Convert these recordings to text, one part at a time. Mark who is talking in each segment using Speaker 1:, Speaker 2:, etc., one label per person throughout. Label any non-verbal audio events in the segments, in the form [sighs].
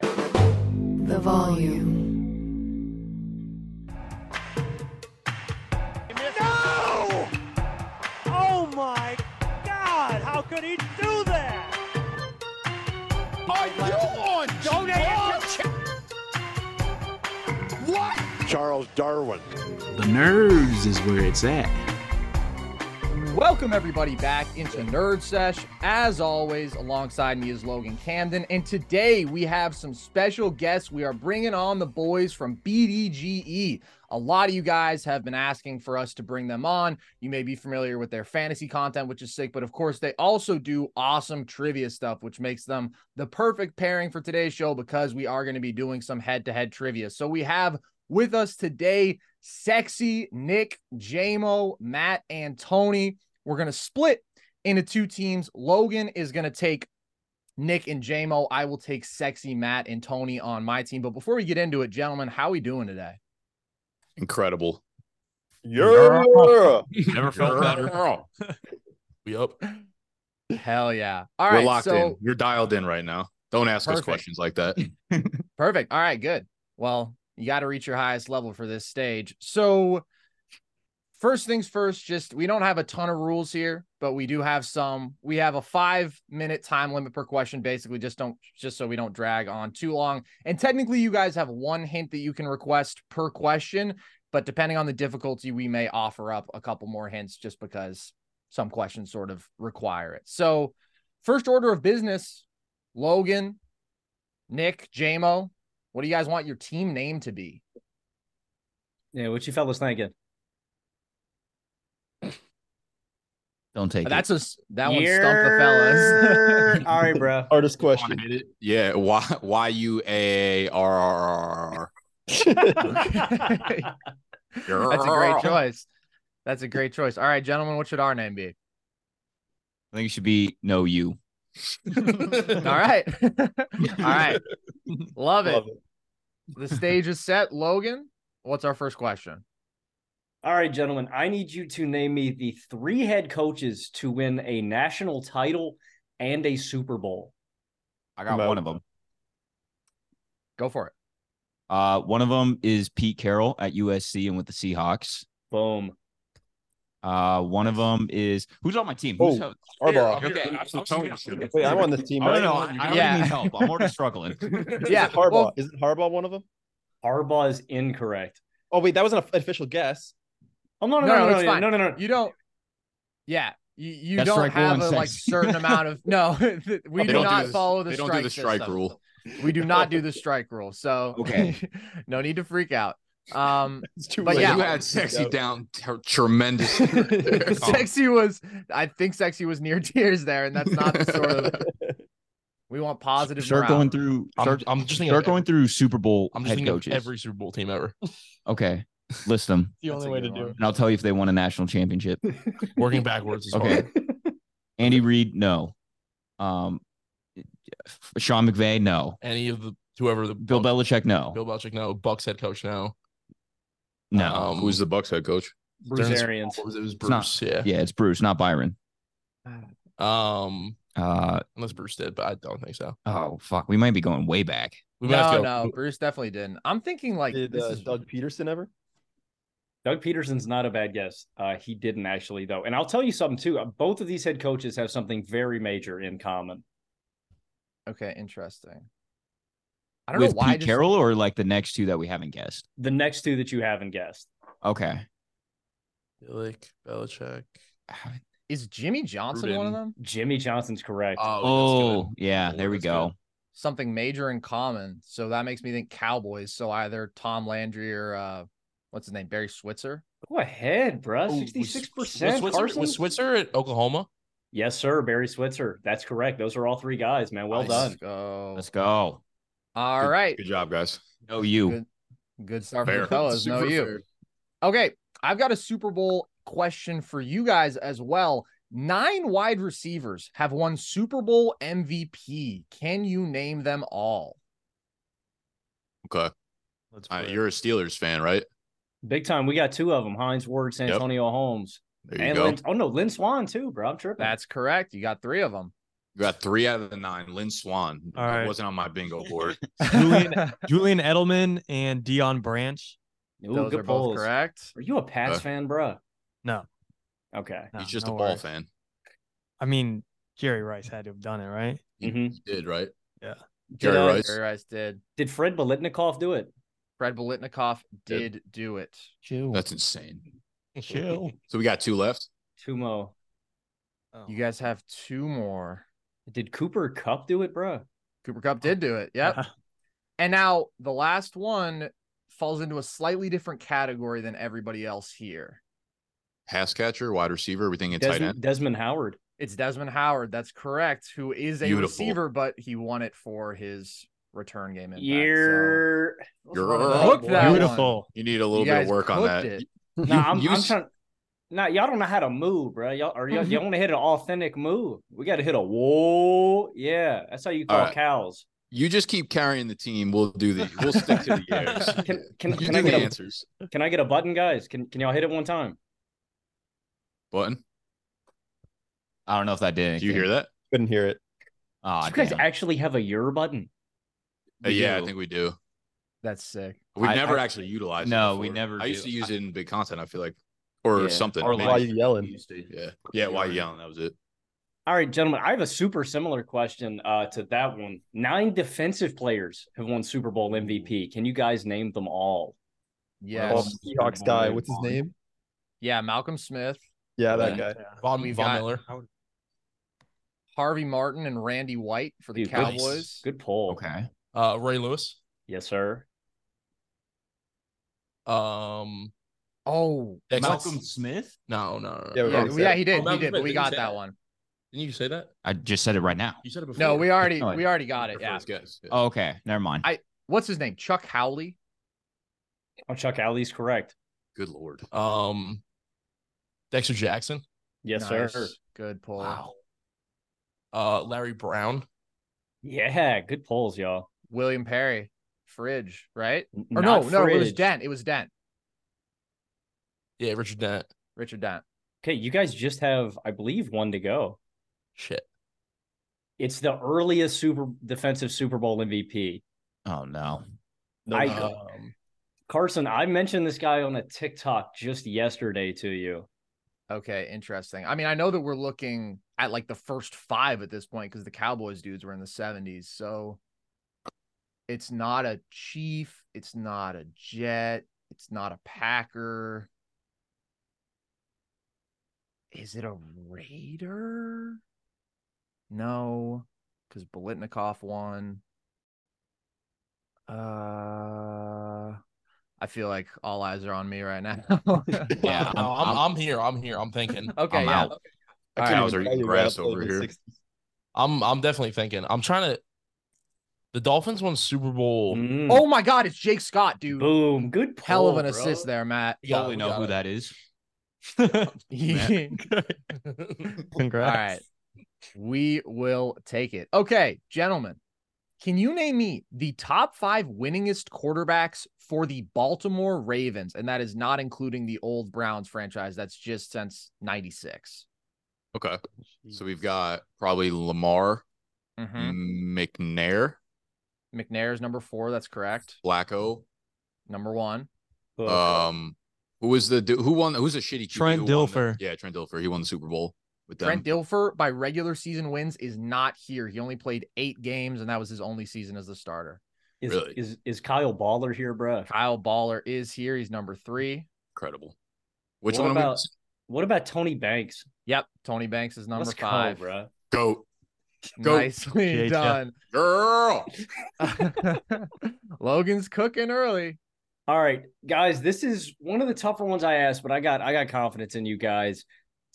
Speaker 1: The volume.
Speaker 2: No! Oh my God! How could he do that?
Speaker 3: Are you on
Speaker 2: Don't answer.
Speaker 3: What?
Speaker 4: Charles Darwin.
Speaker 5: The nerves is where it's at.
Speaker 6: Welcome everybody back into Nerd Sesh. As always, alongside me is Logan Camden, and today we have some special guests. We are bringing on the boys from BDGE. E. A lot of you guys have been asking for us to bring them on. You may be familiar with their fantasy content, which is sick, but of course they also do awesome trivia stuff, which makes them the perfect pairing for today's show because we are going to be doing some head-to-head trivia. So we have with us today, Sexy, Nick, Jamo, Matt, and Tony. We're going to split into two teams. Logan is going to take Nick and Jamo. I will take Sexy, Matt, and Tony on my team. But before we get into it, gentlemen, how we doing today?
Speaker 7: Incredible.
Speaker 4: Yeah.
Speaker 7: Never felt better. yep.
Speaker 6: Hell yeah. All
Speaker 7: We're
Speaker 6: right.
Speaker 7: locked
Speaker 6: so,
Speaker 7: in. You're dialed in right now. Don't ask us
Speaker 6: Perfect.
Speaker 7: questions like that.
Speaker 6: Perfect. All right, good. Well, you got to reach your highest level for this stage. So, first things first, just we don't have a ton of rules here, but we do have some. We have a five minute time limit per question, basically, just don't, just so we don't drag on too long. And technically, you guys have one hint that you can request per question, but depending on the difficulty, we may offer up a couple more hints just because some questions sort of require it. So, first order of business, Logan, Nick, JMO, what do you guys want your team name to be?
Speaker 8: Yeah, what you fellas thinking?
Speaker 9: Don't take
Speaker 6: That's
Speaker 9: it.
Speaker 6: a s- that one stumped the fellas. [laughs]
Speaker 8: All right, bro.
Speaker 4: Artist
Speaker 7: Wanna
Speaker 4: question.
Speaker 7: hit it? Yeah. Why why you a r r
Speaker 6: That's a
Speaker 7: [laughs]
Speaker 6: great choice. That's a great choice. All right, gentlemen, what should our name be?
Speaker 9: I think it should be no you.
Speaker 6: All right, all right, love it.
Speaker 4: [laughs] Love
Speaker 6: The stage is set. Logan, what's our first question?
Speaker 8: All right, gentlemen. I need you to name me the three head coaches to win a national title and a Super Bowl.
Speaker 9: I got
Speaker 4: No.
Speaker 9: one of them.
Speaker 6: Go for it.
Speaker 9: Uh, one of them is Pete Carroll at USC and with the Seahawks.
Speaker 8: Boom.
Speaker 9: Uh, one of them is who's on my team? Who's
Speaker 4: Oh,
Speaker 9: Harbaugh.
Speaker 4: Harbaugh.
Speaker 9: Okay, I'm, I'm, sorry.
Speaker 4: [laughs] Wait, I'm on this team.
Speaker 9: I
Speaker 4: right?
Speaker 9: don't know. I, I
Speaker 6: Yeah.
Speaker 9: already need help. I'm [laughs]
Speaker 6: [laughs]
Speaker 9: already
Speaker 7: [laughs]
Speaker 9: struggling.
Speaker 4: Is
Speaker 6: Yeah,
Speaker 4: it Harbaugh.
Speaker 6: well-
Speaker 4: Isn't Harbaugh one of them?
Speaker 8: Harbaugh is incorrect.
Speaker 4: Oh wait, that wasn't an official guess.
Speaker 8: Oh no, no,
Speaker 6: No,
Speaker 8: no, no,
Speaker 6: it's
Speaker 8: no,
Speaker 6: fine.
Speaker 8: no, no, no.
Speaker 6: You don't. Yeah, you, you
Speaker 9: That's
Speaker 6: don't
Speaker 9: strike rule
Speaker 6: have
Speaker 9: in
Speaker 6: a like
Speaker 9: sex.
Speaker 6: certain amount of no. [laughs] we
Speaker 7: They
Speaker 6: do
Speaker 7: don't do
Speaker 6: not
Speaker 7: this-
Speaker 6: follow the
Speaker 7: they don't
Speaker 6: strike
Speaker 7: do the strike
Speaker 6: system.
Speaker 7: rule.
Speaker 6: We do not
Speaker 7: [laughs]
Speaker 6: do the strike rule. So
Speaker 9: Okay.
Speaker 6: [laughs] no need to freak out.
Speaker 7: [laughs]
Speaker 6: Um,
Speaker 4: It's too
Speaker 6: But
Speaker 7: But
Speaker 4: late.
Speaker 6: yeah.
Speaker 7: you had sexy
Speaker 4: Yeah.
Speaker 6: [laughs]
Speaker 7: down ter- tremendous.
Speaker 6: sexy was I think sexy was near [laughs] tears there, and that's not the sort of we want positive.
Speaker 9: Start
Speaker 6: morale.
Speaker 9: going through.
Speaker 7: I'm-
Speaker 9: Start,
Speaker 7: I'm just thinking
Speaker 9: start
Speaker 7: of
Speaker 9: going through Super Bowl
Speaker 7: I'm just
Speaker 9: head
Speaker 7: thinking of
Speaker 9: coaches.
Speaker 7: every Super Bowl team
Speaker 10: [laughs]
Speaker 7: ever.
Speaker 9: Okay, list them,
Speaker 4: the
Speaker 6: That's
Speaker 4: only
Speaker 6: a
Speaker 4: way to
Speaker 6: good
Speaker 4: do
Speaker 6: one.
Speaker 4: it.
Speaker 9: and I'll tell you if they won a national
Speaker 6: [laughs]
Speaker 9: championship.
Speaker 7: Working backwards. Is
Speaker 9: Okay.
Speaker 7: hard.
Speaker 9: Andy Reid, no. Um, Sean McVay, no.
Speaker 7: Any of the whoever the
Speaker 9: Bill Belichick, no.
Speaker 7: Bill Belichick now, Bucks head coach now.
Speaker 9: no.
Speaker 7: Um, who's the Bucks head coach? Oh,
Speaker 8: Bruce Arians.
Speaker 7: It was
Speaker 9: not-
Speaker 7: Bruce. Yeah.
Speaker 9: yeah, it's Bruce, not Byron.
Speaker 10: Um,
Speaker 9: Uh,
Speaker 10: unless Bruce did, but I don't think so.
Speaker 9: oh fuck, we might be going way back.
Speaker 10: We might have
Speaker 6: no,
Speaker 10: to go-
Speaker 6: no, Bruce definitely didn't. I'm thinking like
Speaker 4: Did
Speaker 6: this
Speaker 4: uh,
Speaker 6: is
Speaker 4: Doug Peterson ever?
Speaker 8: Doug Peterson's not a bad guess. Uh, he didn't actually, though. And I'll tell you something, too. Uh, Both of these head coaches have something very major in common.
Speaker 6: okay, interesting. I don't
Speaker 9: With
Speaker 6: know why I
Speaker 9: Pete
Speaker 6: just-
Speaker 9: Carroll or like the next two that we haven't guessed.
Speaker 8: The next two that you haven't guessed.
Speaker 9: Okay.
Speaker 10: Like Belichick.
Speaker 8: Ah,
Speaker 6: Is Jimmy Johnson one of
Speaker 10: Gruden.
Speaker 6: them?
Speaker 8: Jimmy Johnson's correct.
Speaker 9: Oh, yeah, there we
Speaker 10: that's good.
Speaker 9: go.
Speaker 6: Something major in common. So that makes me think Cowboys. So either Tom Landry or uh, what's his name, Barry Switzer.
Speaker 8: Go ahead, bruh.
Speaker 10: Oh, was-
Speaker 8: 66%.
Speaker 10: Was Switzer,
Speaker 8: Carson?
Speaker 10: was Switzer at Oklahoma?
Speaker 8: Yes, sir. Barry Switzer. That's correct. Those are all three guys, man. Well
Speaker 10: Nice.
Speaker 8: done.
Speaker 6: Oh,
Speaker 9: Let's go.
Speaker 6: all right.
Speaker 7: Good job, guys.
Speaker 9: No, you.
Speaker 6: Good, start for
Speaker 7: Fair.
Speaker 6: the fellas. No,
Speaker 7: Super
Speaker 6: you.
Speaker 7: fair.
Speaker 6: Okay, I've got a Super Bowl question for you guys as well. Nine wide receivers have won Super Bowl MVP. Can you name them all?
Speaker 10: Okay.
Speaker 4: Let's
Speaker 10: Uh,
Speaker 4: play.
Speaker 10: you're a Steelers fan, right?
Speaker 8: Big time. We got two of them Heinz Ward, San
Speaker 10: Yep.
Speaker 8: Antonio Holmes.
Speaker 10: There you
Speaker 8: and
Speaker 10: go.
Speaker 8: Lynn, oh, no, Lynn Swan, too, bro. I'm tripping.
Speaker 6: That's correct. You got three of them.
Speaker 7: You got three out of the nine. Lynn Swan
Speaker 1: All
Speaker 7: That
Speaker 1: right.
Speaker 7: wasn't on my bingo board.
Speaker 1: Julian, Julian Edelman and Dion Branch.
Speaker 8: Ooh,
Speaker 6: Those
Speaker 8: good
Speaker 6: are both
Speaker 8: polls.
Speaker 6: correct.
Speaker 8: Are you a Pats
Speaker 7: Uh,
Speaker 8: fan, bruh?
Speaker 1: No,
Speaker 8: Okay.
Speaker 1: no,
Speaker 7: He's just
Speaker 1: no
Speaker 7: a ball
Speaker 1: worries.
Speaker 7: fan.
Speaker 1: I mean, Jerry Rice had to have done it, right?
Speaker 8: hmm
Speaker 7: He did right.
Speaker 8: Did,
Speaker 7: Jerry
Speaker 8: uh,
Speaker 7: Rice.
Speaker 6: Jerry Rice did.
Speaker 8: did Fred Bolitnikoff do it?
Speaker 6: Fred Bolitnikoff
Speaker 7: Did.
Speaker 6: did do it.
Speaker 1: Chill.
Speaker 7: That's insane.
Speaker 1: chill.
Speaker 7: So we got two left.
Speaker 8: Tumo.
Speaker 6: You guys have two more.
Speaker 8: Did Cooper Cup do it, bruh?
Speaker 6: Cooper Cup did do it. Yep.
Speaker 8: [laughs]
Speaker 6: And now the last one falls into a slightly different category than everybody else here.
Speaker 7: Pass catcher, wide receiver, everything in tight
Speaker 8: Desmond,
Speaker 7: end.
Speaker 8: Desmond Howard.
Speaker 6: It's Desmond Howard. That's correct. Who is a
Speaker 7: Beautiful.
Speaker 6: receiver, but he won it for his return game impact. so-
Speaker 8: Year.
Speaker 7: You're
Speaker 6: Hook that
Speaker 1: Beautiful.
Speaker 7: You need a
Speaker 6: You
Speaker 7: little bit of
Speaker 6: guys
Speaker 7: work on
Speaker 6: cooked
Speaker 7: that.
Speaker 6: it.
Speaker 8: [laughs] Nah, I'm,
Speaker 7: you
Speaker 8: I'm
Speaker 7: s-
Speaker 8: trying. Nah, y'all don't know how to move, bro. Y'all are y'all, you want to hit an authentic move. We got to hit a whoa. Yeah, that's how you call
Speaker 7: Alright. [laughs]
Speaker 8: cows.
Speaker 7: You just keep carrying the team. We'll do the. We'll stick to the
Speaker 8: [laughs]
Speaker 7: years.
Speaker 8: Can can,
Speaker 7: you
Speaker 8: can
Speaker 7: do
Speaker 8: I
Speaker 7: the
Speaker 8: get a
Speaker 7: answers.
Speaker 8: can I get a button, guys? Can can y'all hit it one time?
Speaker 7: Button.
Speaker 9: I don't know if that did.
Speaker 7: Do you hear that?
Speaker 4: Couldn't hear it.
Speaker 9: Oh,
Speaker 8: Do you guys actually have a your button?
Speaker 7: Uh, yeah, I
Speaker 9: do.
Speaker 7: think we do.
Speaker 6: That's sick.
Speaker 7: We've
Speaker 9: I-
Speaker 7: never
Speaker 9: I-
Speaker 7: actually utilized. it
Speaker 9: No, we
Speaker 7: before.
Speaker 9: never
Speaker 7: I used
Speaker 9: do.
Speaker 7: to use it in big content. I feel like, or
Speaker 9: Yeah.
Speaker 7: something.
Speaker 4: Or
Speaker 7: maybe.
Speaker 4: why you yelling?
Speaker 7: Yeah, yeah. Why you yelling? That was it.
Speaker 8: All right, gentlemen, I have a super similar question uh, to that one. Nine defensive players have won Super Bowl MVP. Can you guys name them all?
Speaker 6: Yes.
Speaker 4: Oh, Seahawks guy. What's his name?
Speaker 6: yeah. Malcolm Smith,
Speaker 4: Yeah, that
Speaker 9: Yeah.
Speaker 4: guy.
Speaker 10: Von,
Speaker 6: We've
Speaker 10: Von
Speaker 6: got-
Speaker 10: Miller.
Speaker 6: Harvey Martin, and Randy White for the
Speaker 8: Dude, good-
Speaker 6: Cowboys.
Speaker 8: Good poll.
Speaker 9: Okay.
Speaker 10: Uh, Ray Lewis.
Speaker 8: Yes, sir.
Speaker 10: Um,
Speaker 6: Oh,
Speaker 10: Dexter-
Speaker 9: Malcolm Smith?
Speaker 10: No, no, no.
Speaker 4: Yeah,
Speaker 10: no.
Speaker 4: we
Speaker 6: yeah,
Speaker 4: already
Speaker 6: yeah,
Speaker 4: said
Speaker 6: he
Speaker 10: Oh,
Speaker 6: did. he did.
Speaker 10: Malcolm
Speaker 6: But
Speaker 10: Smith,
Speaker 6: we
Speaker 10: didn't
Speaker 6: got
Speaker 10: say
Speaker 6: that one.
Speaker 10: Didn't you say that?
Speaker 9: I just said it right now.
Speaker 10: You said it before.
Speaker 6: No, we already
Speaker 9: Oh, yeah.
Speaker 6: we already got it.
Speaker 7: Your
Speaker 6: Yeah.
Speaker 7: first guess. Yeah.
Speaker 9: Oh, okay. Never mind.
Speaker 6: I- What's his name? Chuck Howley.
Speaker 8: Oh, Chuck Alley's correct.
Speaker 7: Good lord.
Speaker 10: Um, Dexter Jackson.
Speaker 8: Yes, sir.
Speaker 6: Nice. Good pull.
Speaker 10: Uh, Larry Brown.
Speaker 8: Yeah, good polls, y'all.
Speaker 6: William Perry, Fridge, right?
Speaker 8: N-
Speaker 6: Or
Speaker 8: not
Speaker 6: no, no, it was
Speaker 8: Fridge.
Speaker 6: Dent. It was Dent.
Speaker 10: Yeah, Richard Dent.
Speaker 6: Richard Dent.
Speaker 8: Okay, you guys just have, I believe, one to go.
Speaker 10: Shit.
Speaker 8: It's the earliest super defensive Super Bowl MVP.
Speaker 9: oh no.
Speaker 4: No,
Speaker 8: I-
Speaker 4: uh,
Speaker 10: Um,
Speaker 8: Carson, I mentioned this guy on a TikTok just yesterday to you.
Speaker 6: Okay, interesting. I mean, I know that we're looking at like the first five at this point because the Cowboys dudes were in the 70s. So it's not a Chief, it's not a Jet, it's not a Packer. Is it a Raider? No, because Bolitnikoff won. Uh, I feel like all eyes are on me right now.
Speaker 9: [laughs]
Speaker 6: [laughs]
Speaker 9: Yeah,
Speaker 10: no,
Speaker 9: I'm-
Speaker 10: I'm, I'm,
Speaker 9: I'm-
Speaker 10: here. I'm here. I'm thinking.
Speaker 6: okay,
Speaker 9: I'm
Speaker 6: yeah.
Speaker 9: out.
Speaker 7: I
Speaker 6: All
Speaker 7: couldn't
Speaker 6: right.
Speaker 7: was
Speaker 4: Probably
Speaker 7: eating
Speaker 4: wrapped
Speaker 7: grass
Speaker 4: up
Speaker 7: over
Speaker 4: in
Speaker 7: here.
Speaker 4: 60s.
Speaker 10: I'm I'm definitely thinking. I'm trying to. The Dolphins won Super Bowl.
Speaker 8: Mm.
Speaker 6: Oh my God, it's Jake Scott, dude.
Speaker 8: boom. Good
Speaker 6: Hell
Speaker 8: poll,
Speaker 6: of an
Speaker 8: bro.
Speaker 6: assist
Speaker 10: [laughs]
Speaker 6: there, [laughs] Matt.
Speaker 10: Yeah,
Speaker 9: totally
Speaker 10: we
Speaker 9: know
Speaker 10: got
Speaker 9: who
Speaker 10: it.
Speaker 9: that is.
Speaker 6: All right.
Speaker 1: Congrats.
Speaker 6: We will take it. Okay, gentlemen, can you name me the top five winningest quarterbacks for the Baltimore Ravens? And that is not including the old Browns franchise. That's just since 96.
Speaker 7: Okay. So we've got probably Lamar, McNair,
Speaker 6: McNair is number four. That's correct.
Speaker 7: Blacko,
Speaker 6: number one.
Speaker 7: Um, who was the du- who won? Who's a shitty QB?
Speaker 6: Trent
Speaker 7: Who won the-
Speaker 6: Dilfer.
Speaker 7: yeah, Trent Dilfer. He won the Super Bowl with them.
Speaker 6: Trent Dilfer by regular season wins is not here. He only played eight games, and that was his only season as the starter.
Speaker 8: Is, is is Kyle Baller here, bro?
Speaker 6: Kyle Baller is here. He's number three.
Speaker 7: Incredible.
Speaker 6: Which
Speaker 8: what
Speaker 6: one are we
Speaker 8: About,
Speaker 6: missing?
Speaker 8: what about Tony Banks?
Speaker 6: Yep, Tony Banks is number
Speaker 8: Let's go,
Speaker 6: five.
Speaker 8: bro.
Speaker 7: Goat.
Speaker 8: Goat.
Speaker 6: Nicely
Speaker 8: JJ.
Speaker 6: done.
Speaker 7: Girl.
Speaker 6: [laughs] Logan's cooking early.
Speaker 8: All right, guys, this is one of the tougher ones I asked, but I got I got confidence in you guys.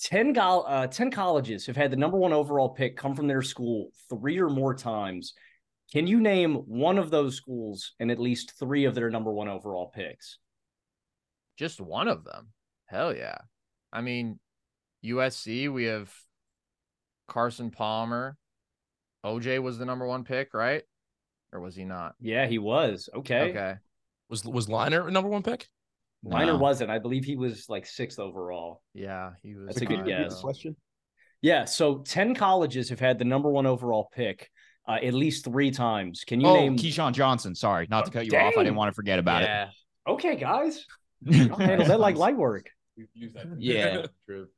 Speaker 8: 10, gol- uh, 10 colleges have had the number one overall pick come from their school three or more times. Can you name one of those schools and at least three of their number one overall picks?
Speaker 6: Just one of them. Hell yeah. I mean, USC, we have Carson Palmer. OJ was the number one pick, right? Or was he not?
Speaker 8: Yeah, he was. Okay.
Speaker 6: Okay.
Speaker 10: Was was Liner number one pick?
Speaker 8: Liner
Speaker 10: No.
Speaker 8: wasn't. I believe he was like sixth overall.
Speaker 6: Yeah, he was.
Speaker 8: That's a good
Speaker 6: fine,
Speaker 8: guess.
Speaker 6: though.
Speaker 4: Question.
Speaker 8: Yeah. So 10 colleges have had the number one overall pick uh, at least three times. Can you
Speaker 9: oh,
Speaker 8: name? Oh,
Speaker 9: Keyshawn Johnson. Sorry, not to cut you off. I
Speaker 8: dang.
Speaker 9: didn't want to forget about it.
Speaker 8: Okay,
Speaker 6: [laughs]
Speaker 8: guys. Y'all handled that like light work.
Speaker 9: Yeah.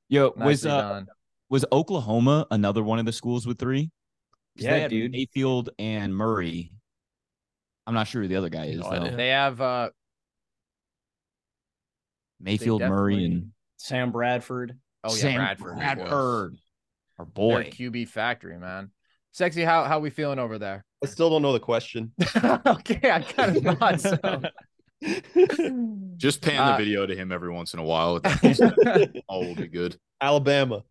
Speaker 9: Yo, was
Speaker 6: Nicely
Speaker 9: uh,
Speaker 6: done.
Speaker 9: was Oklahoma another one of the schools with three? 'Cause
Speaker 6: Yeah,
Speaker 9: they had
Speaker 6: dude.
Speaker 9: Mayfield and Murray. I'm not sure who the other guy is though.
Speaker 6: They have uh
Speaker 9: Mayfield, Murray, and
Speaker 8: Sam Bradford.
Speaker 6: Oh yeah,
Speaker 9: Sam
Speaker 6: Bradford.
Speaker 9: Bradford.
Speaker 6: Our
Speaker 9: boy.
Speaker 6: QB factory, man. Sexy, how how we feeling over there?
Speaker 4: I still don't know the question.
Speaker 6: [laughs] okay, I kind of thought so.
Speaker 7: Just pan the
Speaker 6: Uh,
Speaker 7: video to him every once in a while. with that. All will be good.
Speaker 4: Alabama.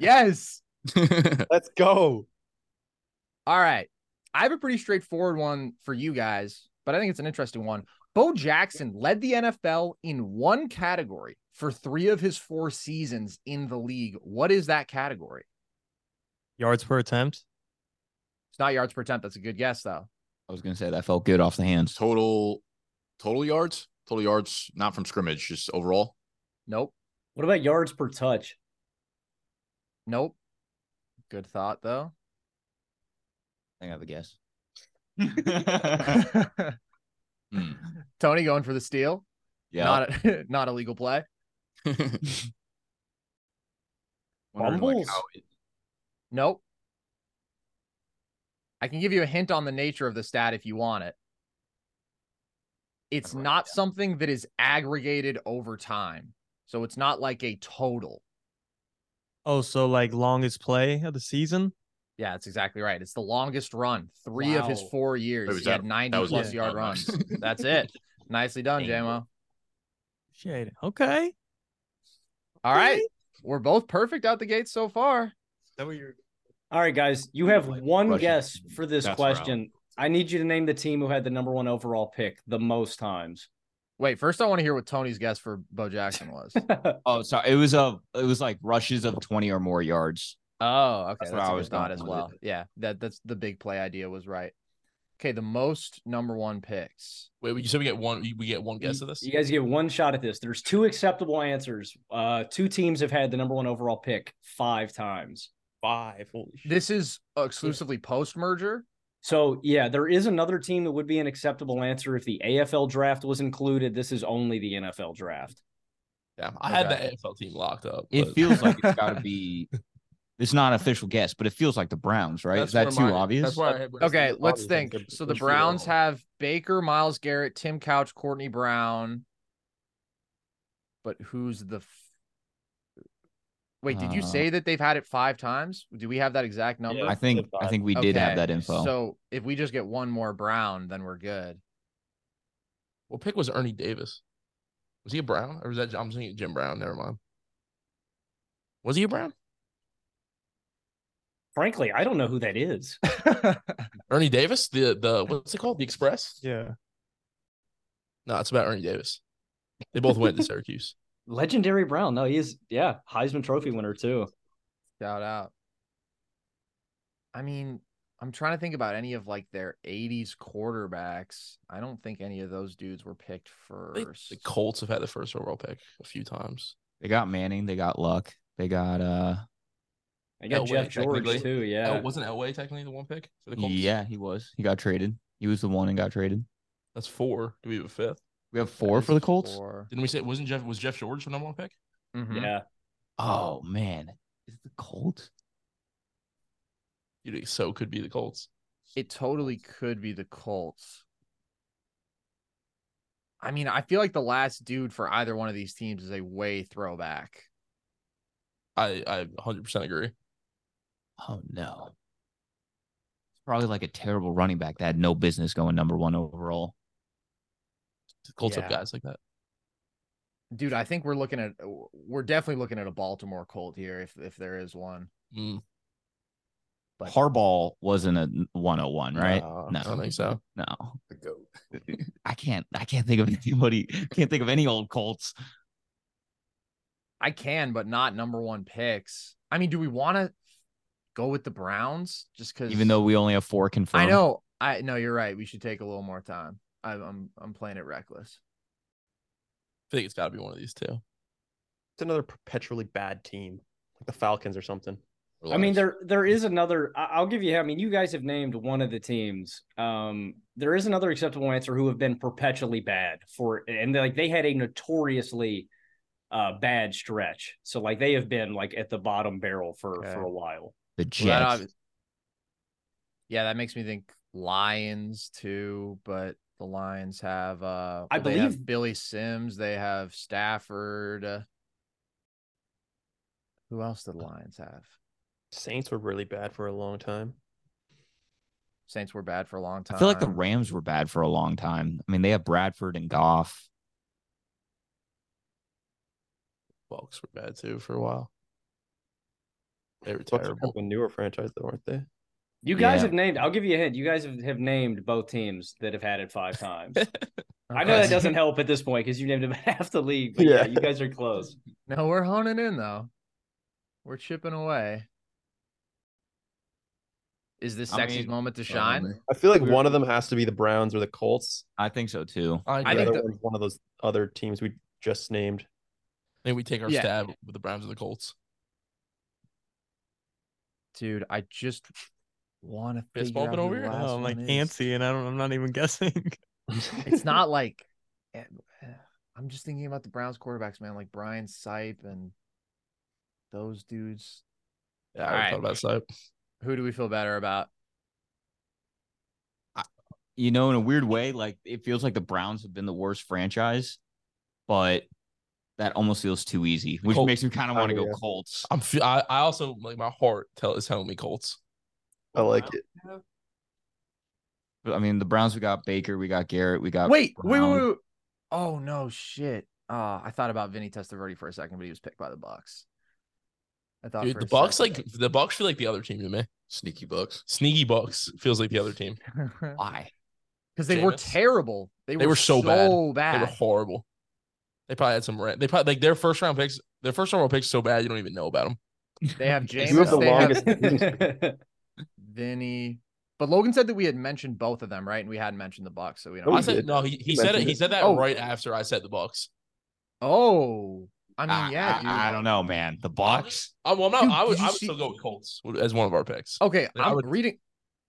Speaker 6: Yes.
Speaker 4: Let's go.
Speaker 6: All right. I have a pretty straightforward one for you guys, but I think it's an interesting one. Bo Jackson led the NFL in one category for three of his four seasons in the league. What is that category?
Speaker 1: Yards per attempt.
Speaker 6: It's not yards per attempt. That's a good guess, though.
Speaker 9: I was gonna say that felt good off the hands.
Speaker 7: Total total yards? Total yards, not from scrimmage, just overall.
Speaker 6: Nope.
Speaker 8: What about yards per touch?
Speaker 6: Nope. Good thought, though.
Speaker 9: I think I have a guess.
Speaker 6: [laughs] Tony going for the steal.
Speaker 9: Yeah.
Speaker 6: Not a, [laughs] not a
Speaker 9: [laughs]
Speaker 6: legal play.
Speaker 7: Wondering, like,
Speaker 6: Fumbles?
Speaker 7: how
Speaker 6: Nope. I can give you a hint on the nature of the stat if you want it. It's not something that is aggregated over time. So it's not like a total.
Speaker 1: Oh, so like longest play of the season?
Speaker 6: Yeah, that's exactly right. It's the longest run. Three of his
Speaker 1: Wow.
Speaker 6: four
Speaker 1: Wait,
Speaker 6: years.
Speaker 1: was
Speaker 6: He had
Speaker 1: that-
Speaker 6: 90
Speaker 1: that was
Speaker 6: plus
Speaker 1: it?
Speaker 6: yard
Speaker 1: Oh,
Speaker 6: runs.
Speaker 1: nice. [laughs]
Speaker 6: That's it. Nicely done, JMO.
Speaker 1: Shit. Okay.
Speaker 6: All right. We're both perfect out the gates so far.
Speaker 8: All right, guys, you have one guess for this
Speaker 6: That's
Speaker 8: question. I need you to name the team who had the number one overall pick the most times.
Speaker 6: Wait, first I want to hear what Tony's guess for Bo Jackson
Speaker 1: [laughs]
Speaker 6: was.
Speaker 9: Oh, sorry. It was a it was like rushes of 20 or more yards.
Speaker 6: Oh, okay.
Speaker 9: That's
Speaker 6: That's,
Speaker 9: what I
Speaker 6: a
Speaker 9: was
Speaker 6: good thought
Speaker 9: going
Speaker 6: as
Speaker 9: with
Speaker 6: well.
Speaker 9: it.
Speaker 6: Yeah, that that's the big play idea was right. Okay, the most number one picks.
Speaker 10: Wait, you said we get one. We get one guess of this.
Speaker 8: You guys get one shot at this. There's two acceptable answers. Uh, two teams have had the number one overall pick five times. Five.
Speaker 6: This is exclusively post merger.
Speaker 8: So yeah, there is another team that would be an acceptable answer if the AFL draft was included. This is only the NFL draft.
Speaker 10: Yeah, I had
Speaker 8: Okay.
Speaker 10: the AFL team locked up.
Speaker 9: It
Speaker 10: but-
Speaker 9: feels like
Speaker 10: [laughs]
Speaker 9: it's got to be. It's not an official guess, but it feels like the Browns, right? Is that
Speaker 10: That's
Speaker 9: too
Speaker 10: where my-
Speaker 9: obvious?
Speaker 10: that's where I had-
Speaker 6: Okay,
Speaker 10: Obviously,
Speaker 6: let's
Speaker 10: it's
Speaker 6: think.
Speaker 10: a
Speaker 6: So the
Speaker 10: push for
Speaker 6: Browns have Baker, Miles Garrett, Tim Couch, Courtney Brown. But who's the? F- Wait, did you
Speaker 9: Uh,
Speaker 6: say that they've had it five times? Do we have that exact number?
Speaker 9: I think I think we did have
Speaker 6: Okay,
Speaker 9: that info.
Speaker 6: So if we just get one more Brown, then we're good.
Speaker 10: What pick was Ernie Davis? Was he a Brown or was that I'm thinking Jim Brown? Never mind. Was he a Brown?
Speaker 8: Frankly, I don't know who that is.
Speaker 10: Ernie Davis, the the what's it called? The Express?
Speaker 1: Yeah.
Speaker 10: No, it's about Ernie Davis. They both went to Syracuse.
Speaker 8: Legendary Brown. No, he is. Yeah, Heisman Trophy winner too.
Speaker 6: Shout out. I mean, I'm trying to think about any of like their 80s quarterbacks. I don't think any of those dudes were picked
Speaker 10: I think
Speaker 6: first.
Speaker 10: The Colts have had the first overall pick a few times.
Speaker 9: they got Manning, they got Luck. They got uh
Speaker 8: I got
Speaker 10: Elway,
Speaker 8: Jeff George
Speaker 10: technically.
Speaker 8: too. Yeah,
Speaker 10: El- wasn't Elway technically the one pick for the Colts?
Speaker 9: yeah, he was. He got traded. He was the one and got traded.
Speaker 10: That's four. Do we have a fifth?
Speaker 9: We have four for the Colts.
Speaker 10: Didn't we say wasn't Jeff was Jeff George the number one pick?
Speaker 8: yeah.
Speaker 9: Oh man. Is it the Colts?
Speaker 10: You think so could be the Colts.
Speaker 6: It totally could be the Colts. I mean, I feel like the last dude for either one of these teams is a way throwback.
Speaker 10: I I 100 percent agree.
Speaker 9: Oh no. It's probably like a terrible running back that had no business going number one overall.
Speaker 10: The Colts have
Speaker 6: Yeah.
Speaker 10: guys like that.
Speaker 6: Dude, I think we're looking at we're definitely looking at a Baltimore Colt here if if there is one.
Speaker 10: Mm.
Speaker 6: But-
Speaker 9: Harbaugh wasn't a 101, right?
Speaker 10: No,
Speaker 9: no,
Speaker 10: I don't think so.
Speaker 9: [laughs] No,
Speaker 7: The goat.
Speaker 9: I can't. I can't think of anybody. Can't think of any old Colts.
Speaker 6: I can, but not number one picks. I mean, do we want to go with the Browns just because?
Speaker 9: Even though we only have four confirmed.
Speaker 6: I know, I no, you're right. We should take a little more time. I, I'm I'm playing it reckless.
Speaker 10: I think it's got to be one of these two.
Speaker 4: It's another perpetually bad team, like the Falcons or something.
Speaker 8: I mean, there there is another. I- I'll give you. I mean, you guys have named one of the teams. Um, there is another acceptable answer who have been perpetually bad for, and like they had a notoriously uh, bad stretch. So like they have been like at the bottom barrel for for a while.
Speaker 9: The
Speaker 6: Well, that
Speaker 9: Jets.
Speaker 6: obvi- yeah, that makes me think Lions too, but the Lions have uh
Speaker 8: I
Speaker 6: well, they have
Speaker 8: believe-
Speaker 6: Billy Sims, they have Stafford. uh, Who else did the Lions have?
Speaker 4: Saints were really bad for a long time.
Speaker 6: Saints were bad for a long time.
Speaker 9: I feel like the Rams were bad for a long time. I mean, they have Bradford and Goff.
Speaker 10: Bucks were bad too for a while. They were
Speaker 4: Bucks are
Speaker 10: terrible.
Speaker 4: kind of a newer franchise, though, aren't they?
Speaker 8: You guys
Speaker 9: Yeah.
Speaker 8: have named. I'll give you a hint. You guys have, have named both teams that have had
Speaker 9: [laughs]
Speaker 8: it five times. I know
Speaker 6: Okay.
Speaker 8: that doesn't help at this point because you named them [laughs] half the league. But yeah,
Speaker 4: Yeah.
Speaker 8: you guys are close.
Speaker 6: No, we're honing in though. We're chipping away. Is this
Speaker 9: I
Speaker 6: Sexy's
Speaker 9: mean,
Speaker 6: moment to shine?
Speaker 4: I feel like one of them has to be the Browns or the Colts.
Speaker 9: I think so too.
Speaker 10: I,
Speaker 4: The
Speaker 6: I think
Speaker 4: other
Speaker 6: the-
Speaker 4: one's one of those other teams we just named.
Speaker 10: Maybe we take our
Speaker 6: Yeah.
Speaker 10: stab with the Browns and the Colts.
Speaker 6: Dude, I just want to
Speaker 10: Fist
Speaker 6: figure out
Speaker 10: bumping
Speaker 6: who
Speaker 10: over
Speaker 6: the
Speaker 10: here?
Speaker 6: last
Speaker 1: Oh, I'm like
Speaker 6: one is.
Speaker 1: antsy, and I don't. I'm not even
Speaker 6: [laughs]
Speaker 1: [laughs] guessing.
Speaker 6: It's [laughs] not like eh, I'm just thinking about the Browns quarterbacks, man, like Brian Sipe and those dudes.
Speaker 10: Yeah, I
Speaker 6: All
Speaker 10: already
Speaker 6: right.
Speaker 10: thought about Sipe.
Speaker 6: Who do we feel better about?
Speaker 9: You know, in a weird way, like it feels like the Browns have been the worst franchise, but that almost feels too easy, which
Speaker 10: Colts.
Speaker 9: makes me kind of
Speaker 4: Oh,
Speaker 9: want to go
Speaker 4: yeah.
Speaker 9: Colts.
Speaker 10: I'm. fe- I, I also like my heart tell is telling me Colts.
Speaker 4: I like it.
Speaker 9: But, I mean, the Browns. We got Baker. We got Garrett. We got
Speaker 6: wait, wait, wait,
Speaker 9: Brown.
Speaker 6: wait, wait. Oh no, shit. Uh, I thought about Vinny Testaverde for a second, but he was picked by the Bucks. I thought
Speaker 10: Dude,
Speaker 6: for
Speaker 10: the
Speaker 6: a
Speaker 10: Bucks
Speaker 6: second.
Speaker 10: like the Bucks feel like the other team to me.
Speaker 7: Sneaky Bucks.
Speaker 10: Sneaky Bucks feels like the other team.
Speaker 6: [laughs]
Speaker 9: Why?
Speaker 6: because they were
Speaker 10: Jameis.
Speaker 6: terrible. They,
Speaker 10: They were so bad. They
Speaker 6: bad.
Speaker 10: were horrible. They probably had some. ra- They probably like their first round picks. Their first round picks so bad you don't even know about them.
Speaker 6: [laughs] They have James.
Speaker 4: You have the
Speaker 6: they have
Speaker 4: longest.
Speaker 6: [laughs] Vinny. But Logan said that we had mentioned both of them, right? And we hadn't mentioned the Bucks, so
Speaker 9: [laughs]
Speaker 6: we [laughs] don't.
Speaker 4: Oh,
Speaker 10: I
Speaker 4: he
Speaker 10: said
Speaker 4: did.
Speaker 10: no. He, he
Speaker 4: He
Speaker 10: said it.
Speaker 4: mentioned
Speaker 10: He
Speaker 4: it.
Speaker 10: said that
Speaker 6: Oh.
Speaker 10: right after I said the Bucks.
Speaker 6: Oh, I mean,
Speaker 9: I-
Speaker 6: yeah,
Speaker 9: I-
Speaker 6: dude.
Speaker 9: I, don't know, man. The Bucks.
Speaker 10: I, well, I'm not.
Speaker 6: Dude,
Speaker 10: I would.
Speaker 6: did you
Speaker 10: I would
Speaker 6: see- Oh.
Speaker 10: still go with Colts as one of our picks.
Speaker 6: Okay,
Speaker 10: I
Speaker 6: I'm
Speaker 10: would-
Speaker 6: reading.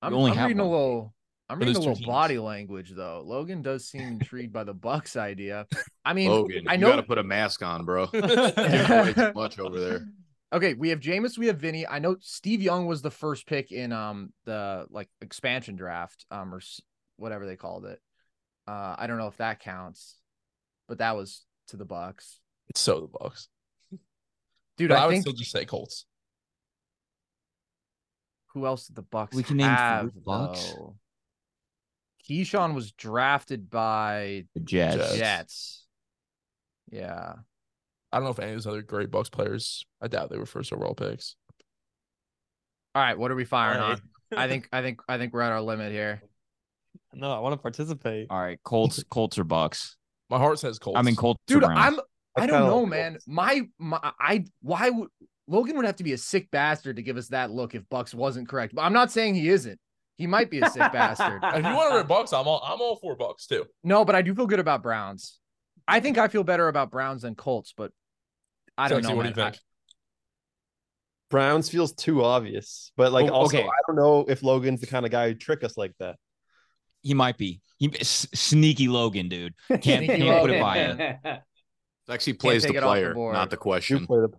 Speaker 6: I'm,
Speaker 9: only
Speaker 6: I'm
Speaker 9: have
Speaker 6: reading a
Speaker 9: one.
Speaker 6: little. I'm
Speaker 10: For
Speaker 6: reading a
Speaker 10: those two
Speaker 6: little
Speaker 10: teams.
Speaker 6: body language though. Logan does seem intrigued by the Bucks idea. I mean,
Speaker 7: Logan,
Speaker 6: I
Speaker 7: you got
Speaker 6: know. [laughs]
Speaker 7: to put [laughs] a mask on, bro. Giving away too much over there.
Speaker 6: Okay, we have Jameis, we have Vinny. I know Steve Young was the first pick in um the like expansion draft, um or s- whatever they called it. Uh, I don't know if that counts, but that was to the Bucks,
Speaker 10: It's so the Bucks.
Speaker 6: dude.
Speaker 10: But I,
Speaker 6: I,
Speaker 10: would
Speaker 6: think
Speaker 10: still just say Colts.
Speaker 6: who else did the Bucks?
Speaker 9: We can name four
Speaker 6: have,
Speaker 9: Bucks?
Speaker 6: though? Keyshawn was drafted by
Speaker 9: The Jets.
Speaker 10: Jets.
Speaker 6: Jets. Yeah.
Speaker 10: I don't know if any of those other great Bucks players. I doubt they were first overall picks.
Speaker 6: All right, what are we firing
Speaker 1: All
Speaker 6: on? I think I think I think we're at our limit here.
Speaker 1: No, I want to participate.
Speaker 9: All right, Colts, Colts or Bucks.
Speaker 10: My heart says Colts.
Speaker 9: I mean, Colts. or
Speaker 6: Dude,
Speaker 9: Browns.
Speaker 6: I'm I don't
Speaker 4: kinda
Speaker 6: know,
Speaker 4: like
Speaker 6: man. My my I why would Logan would have to be a sick bastard to give us that look if Bucks wasn't correct. But I'm not saying he isn't. He might be a sick bastard.
Speaker 10: [laughs] if you want to rip Bucks, I'm all. I'm all for Bucks too.
Speaker 6: No, but I do feel good about Browns. I think I feel better about Browns than Colts, but I don't
Speaker 10: Sexy,
Speaker 6: know.
Speaker 10: What do you
Speaker 6: man. I-
Speaker 10: think?
Speaker 4: Browns feels too obvious, but like
Speaker 9: Oh,
Speaker 4: also
Speaker 9: okay.
Speaker 4: I don't know if Logan's the kind of guy who trick us like that.
Speaker 9: He might be. He, s- sneaky Logan, dude. Can't,
Speaker 4: Sneaky
Speaker 9: can't put it by him.
Speaker 8: [laughs]
Speaker 7: Actually, plays the player, not the question.
Speaker 4: play the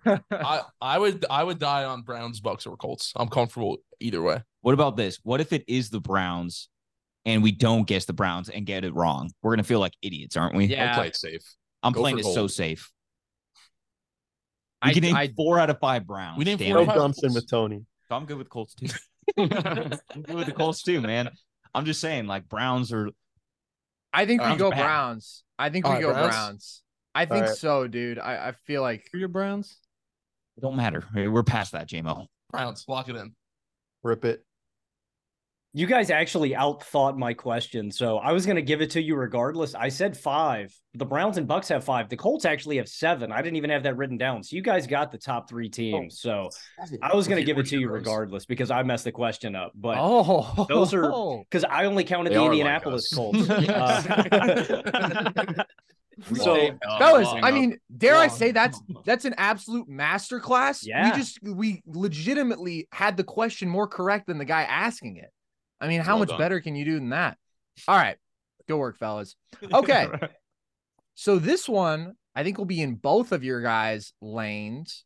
Speaker 9: [laughs]
Speaker 4: player.
Speaker 10: I, I would I would die on Browns, Bucks, or Colts. I'm comfortable either way.
Speaker 9: What about this? What if it is the Browns and we don't guess the Browns and get it wrong? We're gonna feel like idiots, aren't we?
Speaker 7: Yeah. I'll play it safe.
Speaker 9: I'm
Speaker 7: Go
Speaker 9: playing
Speaker 7: for
Speaker 9: it so
Speaker 7: gold.
Speaker 9: safe. We can name four out of five Browns.
Speaker 4: We named
Speaker 9: damn
Speaker 4: four
Speaker 9: it.
Speaker 4: out of No five gumption Colts. with Tony.
Speaker 9: I'm good with Colts too. [laughs] I'm good with the Colts too, man. I'm just saying, like Browns are.
Speaker 6: I think we
Speaker 9: Browns
Speaker 6: go
Speaker 9: bad.
Speaker 6: Browns. I think
Speaker 9: All right,
Speaker 6: we go
Speaker 9: Browns?
Speaker 6: Browns. I think
Speaker 9: All right.
Speaker 6: so, dude. I, I feel like
Speaker 9: your Browns. It don't matter. We're past that, JMO.
Speaker 10: Browns, lock it in.
Speaker 4: Rip it.
Speaker 8: You guys actually outthought my question, so I was going to give it to you regardless. I said five. The Browns and Bucks have five. The Colts actually have seven. I didn't even have that written down. So you guys got the top three teams. so I was going to give it to you regardless because I messed the question up. But
Speaker 6: oh,
Speaker 8: those are because I only counted
Speaker 7: They
Speaker 8: the
Speaker 7: are like
Speaker 8: Indianapolis
Speaker 7: us. [laughs]
Speaker 8: Colts. [laughs] Uh, so
Speaker 10: Oh,
Speaker 6: fellas, I mean, dare I say that's that's an absolute masterclass.
Speaker 8: Yeah.
Speaker 6: We just we legitimately had the question more correct than the guy asking it. I mean, how
Speaker 8: Well
Speaker 6: much
Speaker 8: done.
Speaker 6: better can you do than that? All right. Good work, fellas. Okay. so this one I think will be in both of your guys' lanes.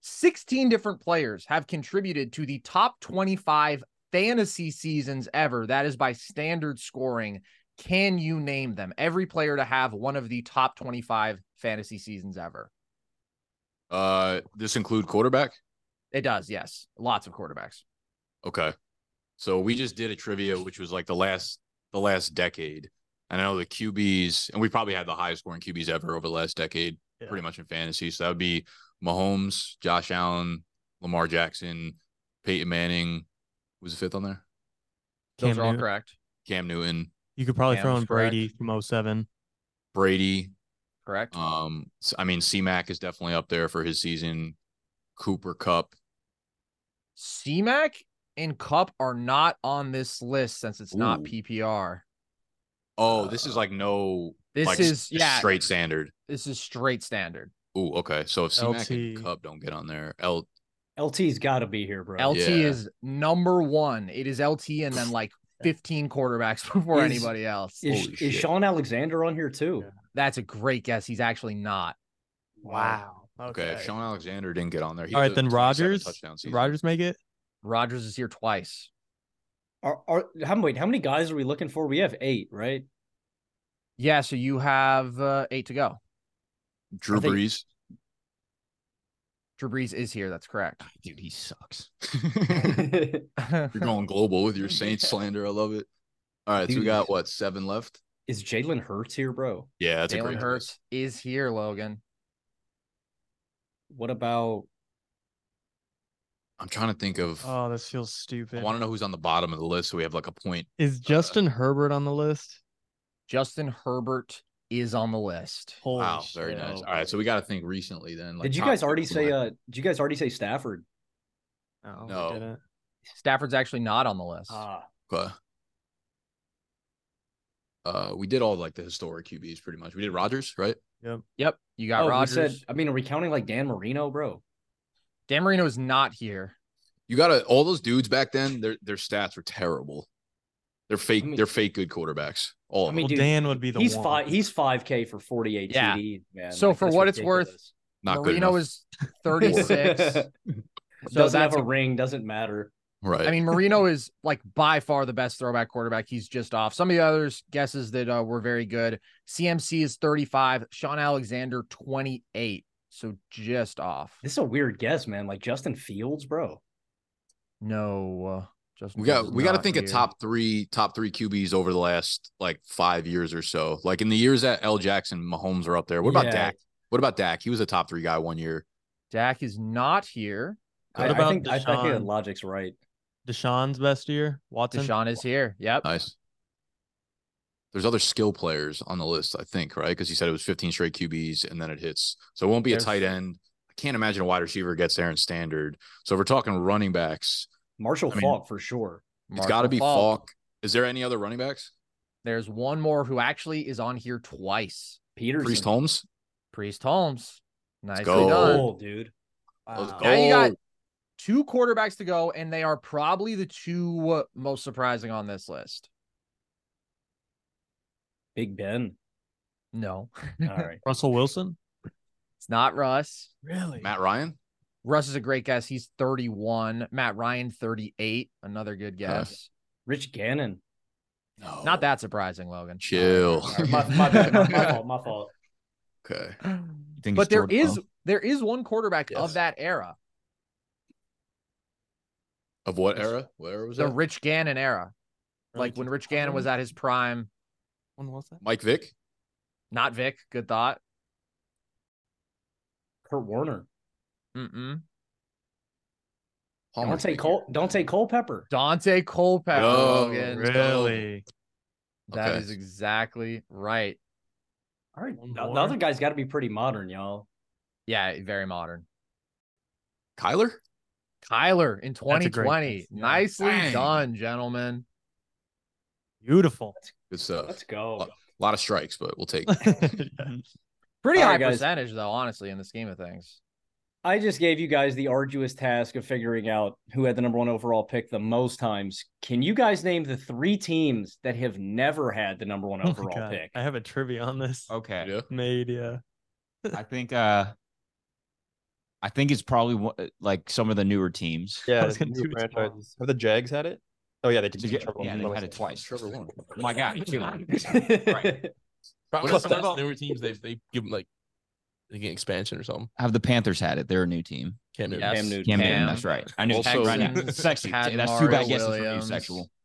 Speaker 6: 16 different players have contributed to the top 25 fantasy seasons ever. That is by standard scoring. Can you name them? Every player to have one of the top 25 fantasy seasons ever.
Speaker 7: Uh, this include quarterback.
Speaker 6: It does, yes. Lots of quarterbacks.
Speaker 7: Okay. So we just did a trivia, which was like the last the last decade. And I know the QBs, and we probably had the highest scoring QBs ever over the last decade, pretty much in fantasy. So that would be Mahomes, Josh Allen, Lamar Jackson, Peyton Manning. Who's the fifth on there?
Speaker 6: Those
Speaker 1: Cam
Speaker 6: are all
Speaker 1: Newton.
Speaker 6: correct.
Speaker 7: Cam Newton,
Speaker 1: You could probably
Speaker 7: Cam
Speaker 1: throw
Speaker 7: was
Speaker 1: in Brady from 07.
Speaker 7: Brady.
Speaker 6: Correct.
Speaker 7: Um, s- I mean, C Mac is definitely up there for his season. Cooper Cup.
Speaker 6: CMAC and Cup are not on this list since it's not
Speaker 7: Ooh.
Speaker 6: PPR.
Speaker 7: Oh, this is like no
Speaker 6: Uh, This
Speaker 7: like, s-
Speaker 6: is- yeah.
Speaker 7: straight standard.
Speaker 6: This is straight standard.
Speaker 7: Ooh, okay. So if C Mac and
Speaker 6: LT.
Speaker 7: Cup don't get on there, L
Speaker 8: LT's got to be here, bro.
Speaker 6: LT
Speaker 7: Yeah.
Speaker 6: is number one. It is LT and then
Speaker 8: [laughs]
Speaker 6: like 15 quarterbacks [laughs] before
Speaker 8: Is-
Speaker 6: anybody else.
Speaker 8: Is, is Sean Alexander on here too?
Speaker 6: That's a great guess. He's actually not. Wow.
Speaker 7: Okay, if Sean Alexander didn't get on there, he
Speaker 1: All
Speaker 7: was
Speaker 1: right,
Speaker 7: a
Speaker 1: then
Speaker 7: 27
Speaker 1: Rodgers.
Speaker 7: touchdown season.
Speaker 1: Rodgers make it.
Speaker 6: Rogers is here twice.
Speaker 8: Are, are how, wait, how many guys are we looking for? We have eight, right?
Speaker 6: Yeah. So you have uh, eight to go.
Speaker 7: Drew
Speaker 6: I think- [laughs]
Speaker 7: Brees.
Speaker 6: Drew Brees is here. That's correct.
Speaker 7: Ah,
Speaker 9: Dude, he
Speaker 7: [laughs]
Speaker 9: sucks.
Speaker 7: You're going global with your Saints slander. I love it. All right, so we
Speaker 8: Dude.
Speaker 7: got what seven left?
Speaker 8: Is Jalen [laughs] Hurts here, bro?
Speaker 7: Yeah, that's a
Speaker 6: Jalen
Speaker 7: great.
Speaker 6: Hurts is here, Logan.
Speaker 8: What about
Speaker 7: I'm trying to think of.
Speaker 1: Oh, this feels
Speaker 7: I
Speaker 1: stupid.
Speaker 7: want to know who's on the bottom of the list, so we have like a point.
Speaker 1: Is Justin Herbert on the list?
Speaker 6: Justin Herbert is on the list.
Speaker 1: Holy
Speaker 7: wow, very
Speaker 1: shit.
Speaker 7: nice. All right, so we got to think recently then. Like
Speaker 8: did you
Speaker 7: top
Speaker 8: guys already
Speaker 7: six,
Speaker 8: say
Speaker 7: like-
Speaker 8: uh did you guys already say Stafford?
Speaker 6: Oh,
Speaker 1: No, we
Speaker 8: Oh.
Speaker 7: No.
Speaker 1: didn't.
Speaker 6: Stafford's actually not on the list.
Speaker 8: Ah,
Speaker 7: Okay. Uh, we did all like the historic QBs pretty much. We did Rodgers, right?
Speaker 6: yep. You got
Speaker 8: oh, we
Speaker 6: Rogers.
Speaker 8: said I mean, are we counting like Dan Marino, bro?
Speaker 6: Dan Marino is not here.
Speaker 7: You gotta all those dudes back then. Their their stats were terrible. They're fake.
Speaker 8: mean-
Speaker 7: they're fake good quarterbacks. All of
Speaker 8: I mean,
Speaker 1: Well,
Speaker 8: dude,
Speaker 1: Dan would be the
Speaker 8: he's
Speaker 1: one.
Speaker 8: five he's five K for forty eight
Speaker 6: Yeah.
Speaker 8: TDs, man.
Speaker 6: So for
Speaker 8: that's
Speaker 6: what it's worth,
Speaker 8: ridiculous.
Speaker 7: them. Not
Speaker 6: Marino
Speaker 7: good
Speaker 6: is
Speaker 8: [laughs]
Speaker 6: 36. so
Speaker 8: doesn't
Speaker 6: that's
Speaker 8: have
Speaker 6: a
Speaker 8: a ring, doesn't matter.
Speaker 7: enough. Right.
Speaker 6: I mean, Marino is like by far the best throwback quarterback. He's just off. Some of the others guesses that uh, were very good. CMC is 35, Sean Alexander 28. So just off.
Speaker 8: This is a weird guess, man. Like Justin Fields, bro.
Speaker 6: No, uh, Justin.
Speaker 7: we
Speaker 6: Fields
Speaker 7: got
Speaker 6: is
Speaker 7: we got to
Speaker 6: not
Speaker 7: think
Speaker 6: here.
Speaker 7: of top three top three QBs over the last like five years or so. Like in the years that L Jackson Mahomes are up there. What about
Speaker 8: Yeah.
Speaker 7: Dak? What about Dak? He was a top three guy one year.
Speaker 6: Dak is not here.
Speaker 8: I,
Speaker 1: What
Speaker 8: I
Speaker 1: about
Speaker 8: think I, I think that
Speaker 1: Deshaun?
Speaker 8: logic's right.
Speaker 1: Deshaun's best year. Watson.
Speaker 6: Deshaun is here. Yep.
Speaker 7: Nice. There's other skill players on the list, I think, right? Because he said it was 15 straight QBs and then it hits. So it won't be
Speaker 6: There's-
Speaker 7: a tight end. I can't imagine a wide receiver gets there in standard. So if we're talking running backs,
Speaker 8: Marshall
Speaker 7: I mean,
Speaker 8: Falk for sure.
Speaker 7: it's got to
Speaker 6: Marshall
Speaker 7: be
Speaker 6: Falk.
Speaker 7: Falk. Is there any other running backs?
Speaker 6: There's one more who actually is on here twice.
Speaker 8: Peterson.
Speaker 7: Priest Holmes?
Speaker 6: Priest Holmes. Nicely
Speaker 7: go.
Speaker 6: done.
Speaker 8: dude.
Speaker 7: Let's
Speaker 8: Wow.
Speaker 7: go.
Speaker 6: Now you got two quarterbacks to go, and they are probably the two most surprising on this list.
Speaker 8: Big Ben.
Speaker 6: No.
Speaker 8: All right.
Speaker 1: Russell Wilson?
Speaker 6: It's not Russ.
Speaker 1: Really?
Speaker 7: Matt Ryan?
Speaker 6: Russ is a great guess. He's 31. Matt Ryan, 38. Another good guess.
Speaker 8: Rich Gannon.
Speaker 7: No.
Speaker 6: Not that surprising, Logan.
Speaker 7: Chill.
Speaker 8: All right, my, my bad, my, my fault. My fault.
Speaker 6: [gasps]
Speaker 7: Okay.
Speaker 6: But there is there is one quarterback of that era,
Speaker 7: Of what era? What era was
Speaker 6: the
Speaker 7: that?
Speaker 6: Rich Gannon era. Like when Rich Gannon was at his prime.
Speaker 10: When was that?
Speaker 7: Mike Vick?
Speaker 6: Not Vic. Good thought.
Speaker 8: Kurt Warner.
Speaker 6: Mm-mm.
Speaker 8: Don't take Cole. Don't take Cole Pepper.
Speaker 6: Dante Culpepper.
Speaker 7: Oh,
Speaker 6: Logan.
Speaker 1: Really?
Speaker 6: That
Speaker 7: Okay.
Speaker 6: is exactly right.
Speaker 8: All right.
Speaker 10: One
Speaker 8: The, the
Speaker 10: more.
Speaker 8: other guy's got to be pretty modern, y'all.
Speaker 6: Yeah, very modern.
Speaker 7: Kyler?
Speaker 6: Kyler in
Speaker 1: a great
Speaker 6: 2020.
Speaker 1: guess, yeah.
Speaker 6: Nicely
Speaker 7: Dang.
Speaker 6: done, gentlemen.
Speaker 1: Beautiful.
Speaker 7: Good stuff.
Speaker 8: Let's go.
Speaker 7: A lot of strikes, but
Speaker 6: [laughs]
Speaker 7: we'll take
Speaker 6: Pretty
Speaker 8: All
Speaker 6: high
Speaker 8: right, guys.
Speaker 6: percentage, though, honestly, in the scheme of things.
Speaker 8: I just gave you guys the arduous task of figuring out who had the number one overall pick the most times. Can you guys name the three teams that have never had the number one
Speaker 1: [laughs] Oh my
Speaker 8: overall
Speaker 1: God.
Speaker 8: pick?
Speaker 1: I have a trivia on this.
Speaker 9: Okay.
Speaker 7: Yeah.
Speaker 1: Made, uh, yeah.
Speaker 9: I think uh I think it's probably one- like some of the newer teams.
Speaker 1: I
Speaker 9: [laughs]
Speaker 4: Yeah,
Speaker 1: was
Speaker 4: the
Speaker 1: gonna
Speaker 4: new
Speaker 1: do it tomorrow.
Speaker 4: franchises. Have the Jags had it? Oh yeah, they did.
Speaker 9: Did you- yeah, they've
Speaker 4: Trouble.
Speaker 9: had it twice.
Speaker 7: Trevor won.
Speaker 9: Oh my god,
Speaker 10: [laughs]
Speaker 9: two.
Speaker 10: Probably
Speaker 9: What
Speaker 10: some of
Speaker 9: about-
Speaker 10: the newer teams they they give them like they get expansion or something.
Speaker 9: Have the Panthers had it? They're a new team.
Speaker 10: Can't do
Speaker 6: Yes.
Speaker 8: Cam Newton.
Speaker 9: Cam,
Speaker 6: Cam.
Speaker 9: Newton, that's right. I knew
Speaker 7: Also-
Speaker 9: right
Speaker 8: [laughs]
Speaker 9: now.
Speaker 6: Texans
Speaker 9: Sexy.
Speaker 6: had
Speaker 9: That's two bad
Speaker 6: Mario
Speaker 9: guesses from you,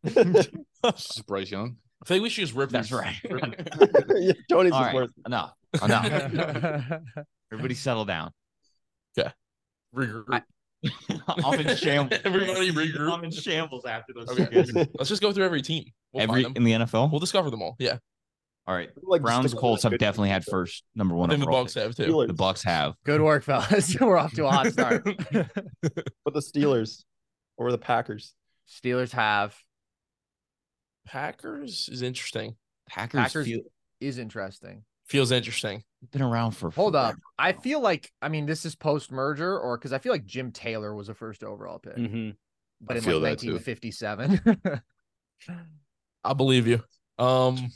Speaker 6: Williams.
Speaker 9: sexual.
Speaker 8: [laughs]
Speaker 7: Bryce Young.
Speaker 10: I think we should just rip
Speaker 9: That's
Speaker 10: these-
Speaker 9: right.
Speaker 10: rip it.
Speaker 8: [laughs]
Speaker 4: yeah, Tony's
Speaker 9: All
Speaker 4: was
Speaker 9: right.
Speaker 4: worth.
Speaker 9: Enough. Enough.
Speaker 8: [laughs]
Speaker 10: [laughs]
Speaker 9: Everybody settle down.
Speaker 10: Regroup.
Speaker 9: I- [laughs] I'm
Speaker 8: [laughs]
Speaker 9: in shambles.
Speaker 10: Everybody regroup.
Speaker 9: I'm in shambles after those [laughs]
Speaker 10: Okay.
Speaker 9: two guesses.
Speaker 10: Let's just go through every team. We'll
Speaker 9: Every
Speaker 10: find
Speaker 9: in
Speaker 10: them.
Speaker 9: the NFL.
Speaker 10: We'll discover them all. Yeah.
Speaker 9: All right.
Speaker 4: Like, just
Speaker 9: Browns
Speaker 4: stick with
Speaker 9: Colts
Speaker 4: the
Speaker 9: have
Speaker 4: good
Speaker 9: definitely
Speaker 4: teams.
Speaker 9: had first number one.
Speaker 10: Then the
Speaker 9: overall
Speaker 10: Bucks
Speaker 9: pick.
Speaker 10: have too.
Speaker 4: Steelers.
Speaker 9: The Bucks have.
Speaker 6: Good work, [laughs] fellas. We're off to a hot start.
Speaker 4: But the Steelers [laughs] or the Packers.
Speaker 6: Steelers have
Speaker 10: Packers is interesting.
Speaker 9: Packers,
Speaker 6: Packers-
Speaker 9: feel-
Speaker 6: is interesting.
Speaker 10: Feels interesting.
Speaker 9: been around for.
Speaker 6: Hold up.
Speaker 9: forever.
Speaker 6: I feel like I mean this is post merger or because I feel like Jim Taylor was a first overall pick,
Speaker 8: hmm
Speaker 6: but
Speaker 7: I
Speaker 6: in
Speaker 7: feel
Speaker 6: like
Speaker 7: that too.
Speaker 6: 1957.
Speaker 10: I believe you. Um,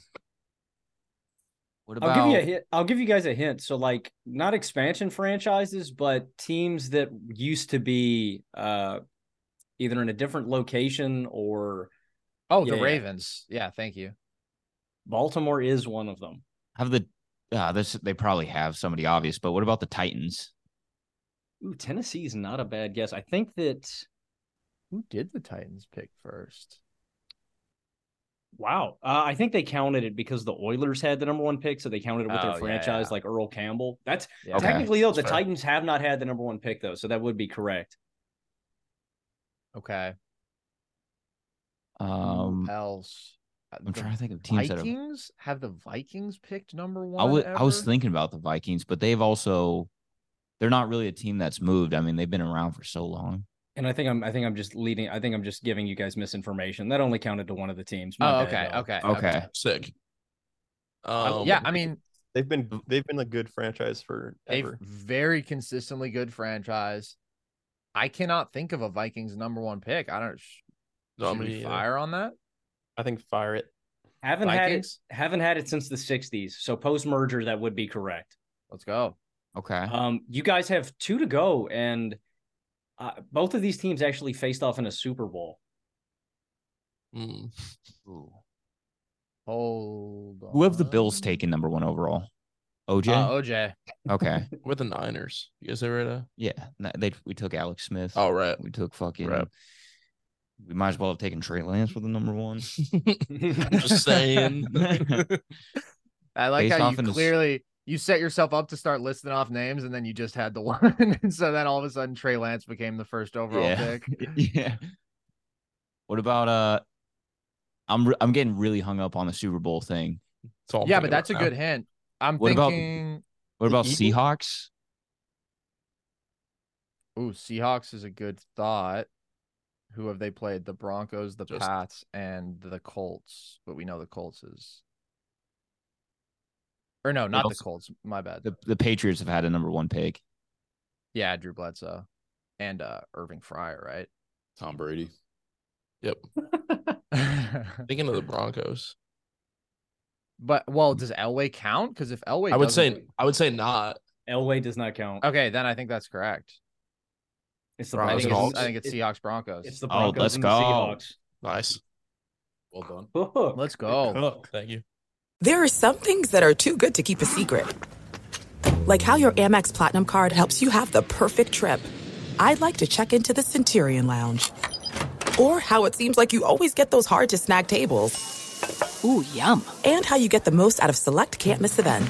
Speaker 9: What
Speaker 8: I'll
Speaker 9: about?
Speaker 8: give you a hint. I'll give you guys a hint. So, like, not expansion franchises, but teams that used to be uh, either in a different location or
Speaker 6: [laughs] oh, the
Speaker 8: Yeah.
Speaker 6: Ravens. Yeah, thank you.
Speaker 8: Baltimore is one of them.
Speaker 9: have the. Uh, this they probably have somebody obvious, but what about the Titans?
Speaker 8: Ooh, Tennessee is not a bad guess. I think that.
Speaker 6: Who did the Titans pick first?
Speaker 8: Wow, uh, I think they counted it because the Oilers had the number one pick, so they counted it with
Speaker 6: Oh,
Speaker 8: their
Speaker 6: yeah,
Speaker 8: franchise,
Speaker 6: yeah.
Speaker 8: like Earl Campbell. That's
Speaker 6: Yeah.
Speaker 9: Okay.
Speaker 8: Technically, though,
Speaker 10: That's
Speaker 8: the
Speaker 10: fair.
Speaker 8: Titans have not had the number one pick, though, so that would be correct.
Speaker 6: Okay.
Speaker 9: Um,
Speaker 6: Who else? Uh,
Speaker 9: I'm
Speaker 6: the
Speaker 9: trying to think of teams that have.
Speaker 6: Vikings have the Vikings picked number
Speaker 4: Mm,
Speaker 6: one.
Speaker 9: I was I was
Speaker 6: ever?
Speaker 9: thinking about the Vikings, but they've also they're not really a team that's moved. I mean, they've been around for so long.
Speaker 8: And I think I'm, I think I'm just leading. I think I'm just giving you guys misinformation. That only counted to one of the teams.
Speaker 6: Oh,
Speaker 8: My bad,
Speaker 6: okay,
Speaker 8: y'all.
Speaker 6: okay,
Speaker 9: Okay,
Speaker 10: sick.
Speaker 4: don't
Speaker 10: Um,
Speaker 6: Yeah, I mean
Speaker 4: They've been they've been a good franchise for
Speaker 6: they've [laughs]
Speaker 4: ever.
Speaker 6: very consistently good franchise. I cannot think of a Vikings number one pick. I don't. sh-
Speaker 10: No,
Speaker 6: should
Speaker 10: me
Speaker 6: we
Speaker 10: either.
Speaker 6: fire on that?
Speaker 4: I think fire it.
Speaker 8: Haven't
Speaker 6: Vikings?
Speaker 8: had it. Haven't had it since the '60s. So post merger, that would be correct.
Speaker 6: Let's go.
Speaker 9: okay.
Speaker 8: Um, you guys have two to go, and uh, both of these teams actually faced off in a Super Bowl.
Speaker 10: mm,
Speaker 6: Hold.
Speaker 9: Who have the Bills
Speaker 6: on.
Speaker 9: taken number one overall? OJ.
Speaker 6: Uh, OJ.
Speaker 9: okay.
Speaker 10: we're the Niners. You guys ever at a?
Speaker 9: Yeah. no, They we took Alex Smith.
Speaker 10: Oh right.
Speaker 9: We took fucking.
Speaker 10: Right.
Speaker 9: We might as well have taken Trey Lance with the number one.
Speaker 10: Just saying.
Speaker 9: [laughs]
Speaker 6: I like
Speaker 9: Based
Speaker 6: how
Speaker 9: off
Speaker 6: you
Speaker 9: in the s-
Speaker 6: clearly you set yourself up to start listing off names, and then you just had the [laughs] one, and so then all of a sudden Trey Lance became the first overall
Speaker 9: Yeah.
Speaker 6: pick.
Speaker 9: [laughs] yeah. What about uh? I'm re- I'm getting really hung up on the Super Bowl thing.
Speaker 10: That's all I'm
Speaker 6: yeah,
Speaker 10: thinking
Speaker 6: but that's a
Speaker 10: about
Speaker 6: good
Speaker 10: now.
Speaker 6: hint. I'm
Speaker 9: What about-
Speaker 6: thinking.
Speaker 9: What
Speaker 4: The
Speaker 9: about
Speaker 4: Eagles?
Speaker 9: Seahawks?
Speaker 6: Ooh, Seahawks is a good thought. Who have they played? The Broncos, the
Speaker 10: Just-
Speaker 6: Pats, and the Colts. But we know the Colts is. Or no, not the
Speaker 9: else?
Speaker 6: Colts. My bad.
Speaker 9: The the Patriots have had a number one pick.
Speaker 6: Yeah, Drew Bledsoe. and uh Irving Fryer, right?
Speaker 7: Tom Brady.
Speaker 6: [laughs]
Speaker 10: Yep. Thinking of the Broncos.
Speaker 6: But well, does Elway count? Because if Elway,
Speaker 10: I would
Speaker 6: doesn't-
Speaker 10: say I would say not.
Speaker 8: Elway does not count.
Speaker 6: okay, then I think that's correct.
Speaker 8: It's
Speaker 10: the Broncos
Speaker 6: I think it's,
Speaker 10: and
Speaker 6: I think it's
Speaker 10: Hawks.
Speaker 6: Seahawks Broncos.
Speaker 8: It's the
Speaker 9: Oh,
Speaker 8: Broncos
Speaker 9: let's
Speaker 8: and the
Speaker 9: go.
Speaker 8: Seahawks.
Speaker 10: Nice. Well done.
Speaker 6: Let's go.
Speaker 10: Look, thank you.
Speaker 11: There are some things that are too good to keep a secret. Like how your Amex Platinum card helps you have the perfect trip. I'd like to check into the Centurion Lounge. Or how it seems like you always get those hard to snag tables. Ooh, yum. And how you get the most out of select can't miss events.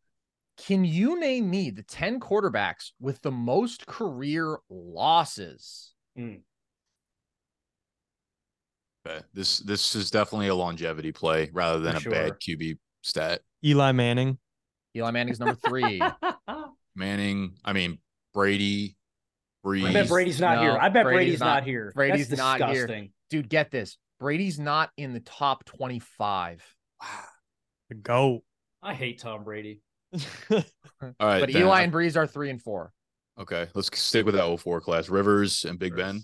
Speaker 6: can you name me the 10 quarterbacks with the most career losses?
Speaker 8: Hmm.
Speaker 7: Okay. This this is definitely a longevity play rather than
Speaker 6: For
Speaker 7: a bad
Speaker 6: sure.
Speaker 7: QB stat.
Speaker 1: Eli Manning.
Speaker 6: Eli Manning's
Speaker 8: [laughs]
Speaker 6: number three.
Speaker 7: Manning, I mean Brady, Breeze.
Speaker 8: I bet Brady's not
Speaker 6: No,
Speaker 8: here. I bet Brady's, not, here.
Speaker 6: Brady's
Speaker 8: That's
Speaker 6: not
Speaker 8: disgusting.
Speaker 6: here. Dude, get this. Brady's not in the top 25.
Speaker 1: The GOAT.
Speaker 8: I hate
Speaker 6: [laughs]
Speaker 8: Tom Brady.
Speaker 7: All right,
Speaker 6: but
Speaker 7: then
Speaker 6: Eli
Speaker 7: I-
Speaker 6: and Breeze are three and four.
Speaker 7: okay, let's stick with that 04 class. Rivers and Big Ben.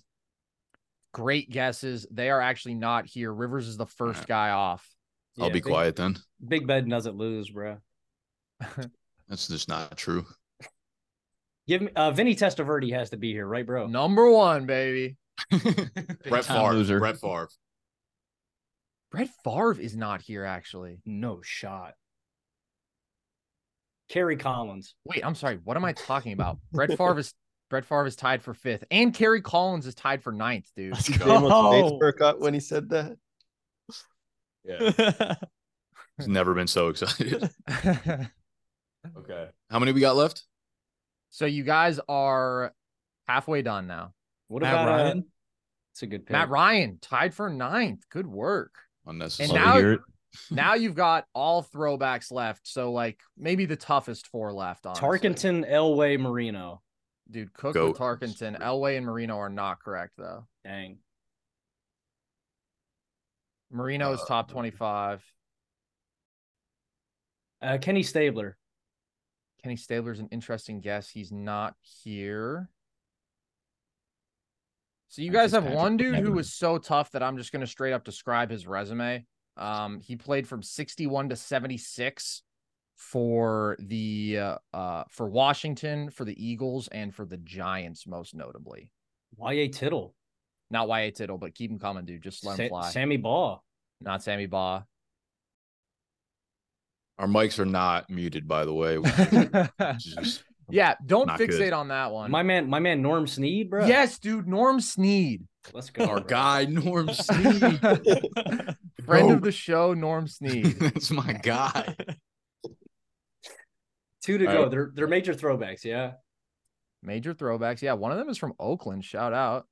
Speaker 6: Great guesses. They are actually not here. Rivers is the first guy off.
Speaker 7: I'll
Speaker 8: Yeah,
Speaker 7: be
Speaker 8: Big-
Speaker 7: quiet then.
Speaker 8: Big Ben doesn't lose, bro.
Speaker 7: That's just not true.
Speaker 8: Give me uh, Vinny Testaverde has to be here, right, bro?
Speaker 6: Number one,
Speaker 7: [laughs]
Speaker 6: baby.
Speaker 7: Brett
Speaker 9: time
Speaker 7: Favre.
Speaker 9: loser.
Speaker 7: Brett Favre.
Speaker 6: Brett Favre is not here, actually.
Speaker 8: No shot. Kerry Collins.
Speaker 6: Wait, I'm sorry. What am I talking
Speaker 8: [laughs]
Speaker 6: about? Brett Favre is Brett Favre is tied for fifth, and Kerry Collins is tied for ninth, dude.
Speaker 1: Let's
Speaker 4: Did
Speaker 9: Oh.
Speaker 6: Oh.
Speaker 4: Jameis
Speaker 1: go.
Speaker 4: Bates perk up when he said that?
Speaker 7: Yeah,
Speaker 6: [laughs]
Speaker 7: he's never been so excited. okay, how many we got left?
Speaker 6: so you guys are halfway done now.
Speaker 8: What
Speaker 1: Matt
Speaker 8: about uh,
Speaker 1: Ryan?
Speaker 8: It's a good pick.
Speaker 6: Matt Ryan tied for ninth. Good work.
Speaker 7: Unnecessary.
Speaker 6: And
Speaker 9: Love to
Speaker 6: now,
Speaker 9: hear it.
Speaker 6: now you've got all throwbacks left. So like maybe the toughest four left. On
Speaker 8: Tarkenton, Elway, Marino.
Speaker 6: dude, Cook,
Speaker 7: Goat.
Speaker 6: with Tarkenton, Elway, and Marino are not correct though.
Speaker 8: Dang.
Speaker 6: Marino is top twenty-five.
Speaker 8: Uh, Kenny Stabler.
Speaker 6: Kenny Stabler's an interesting guess. He's not here. So you guys have one dude who was so tough that I'm just going to straight up describe his resume. Um, he played from 61 to 76 for the uh, uh for Washington, for the Eagles, and for the Giants, most notably.
Speaker 8: Y.A. Tittle.
Speaker 6: Not Y.A. Tittle, but keep him coming, dude. Just let him
Speaker 8: Sa-
Speaker 6: fly.
Speaker 8: Sammy Ball.
Speaker 6: Not Sammy Baugh.
Speaker 7: Our mics are not muted, by the way. which is- which is-
Speaker 6: yeah, don't
Speaker 7: Not
Speaker 6: fixate
Speaker 7: good.
Speaker 6: on that one.
Speaker 8: My man, my man Norm Sneed, bro.
Speaker 6: yes, dude, Norm Sneed.
Speaker 8: Let's go.
Speaker 7: Our
Speaker 8: [laughs] bro.
Speaker 7: guy Norm Snead.
Speaker 6: [laughs] Friend of the show, Norm Sneed.
Speaker 7: That's my guy.
Speaker 8: Two to
Speaker 6: All
Speaker 8: go.
Speaker 6: right.
Speaker 8: They're they're major throwbacks. Yeah.
Speaker 6: Major throwbacks. Yeah, one of them is from Oakland. Shout out.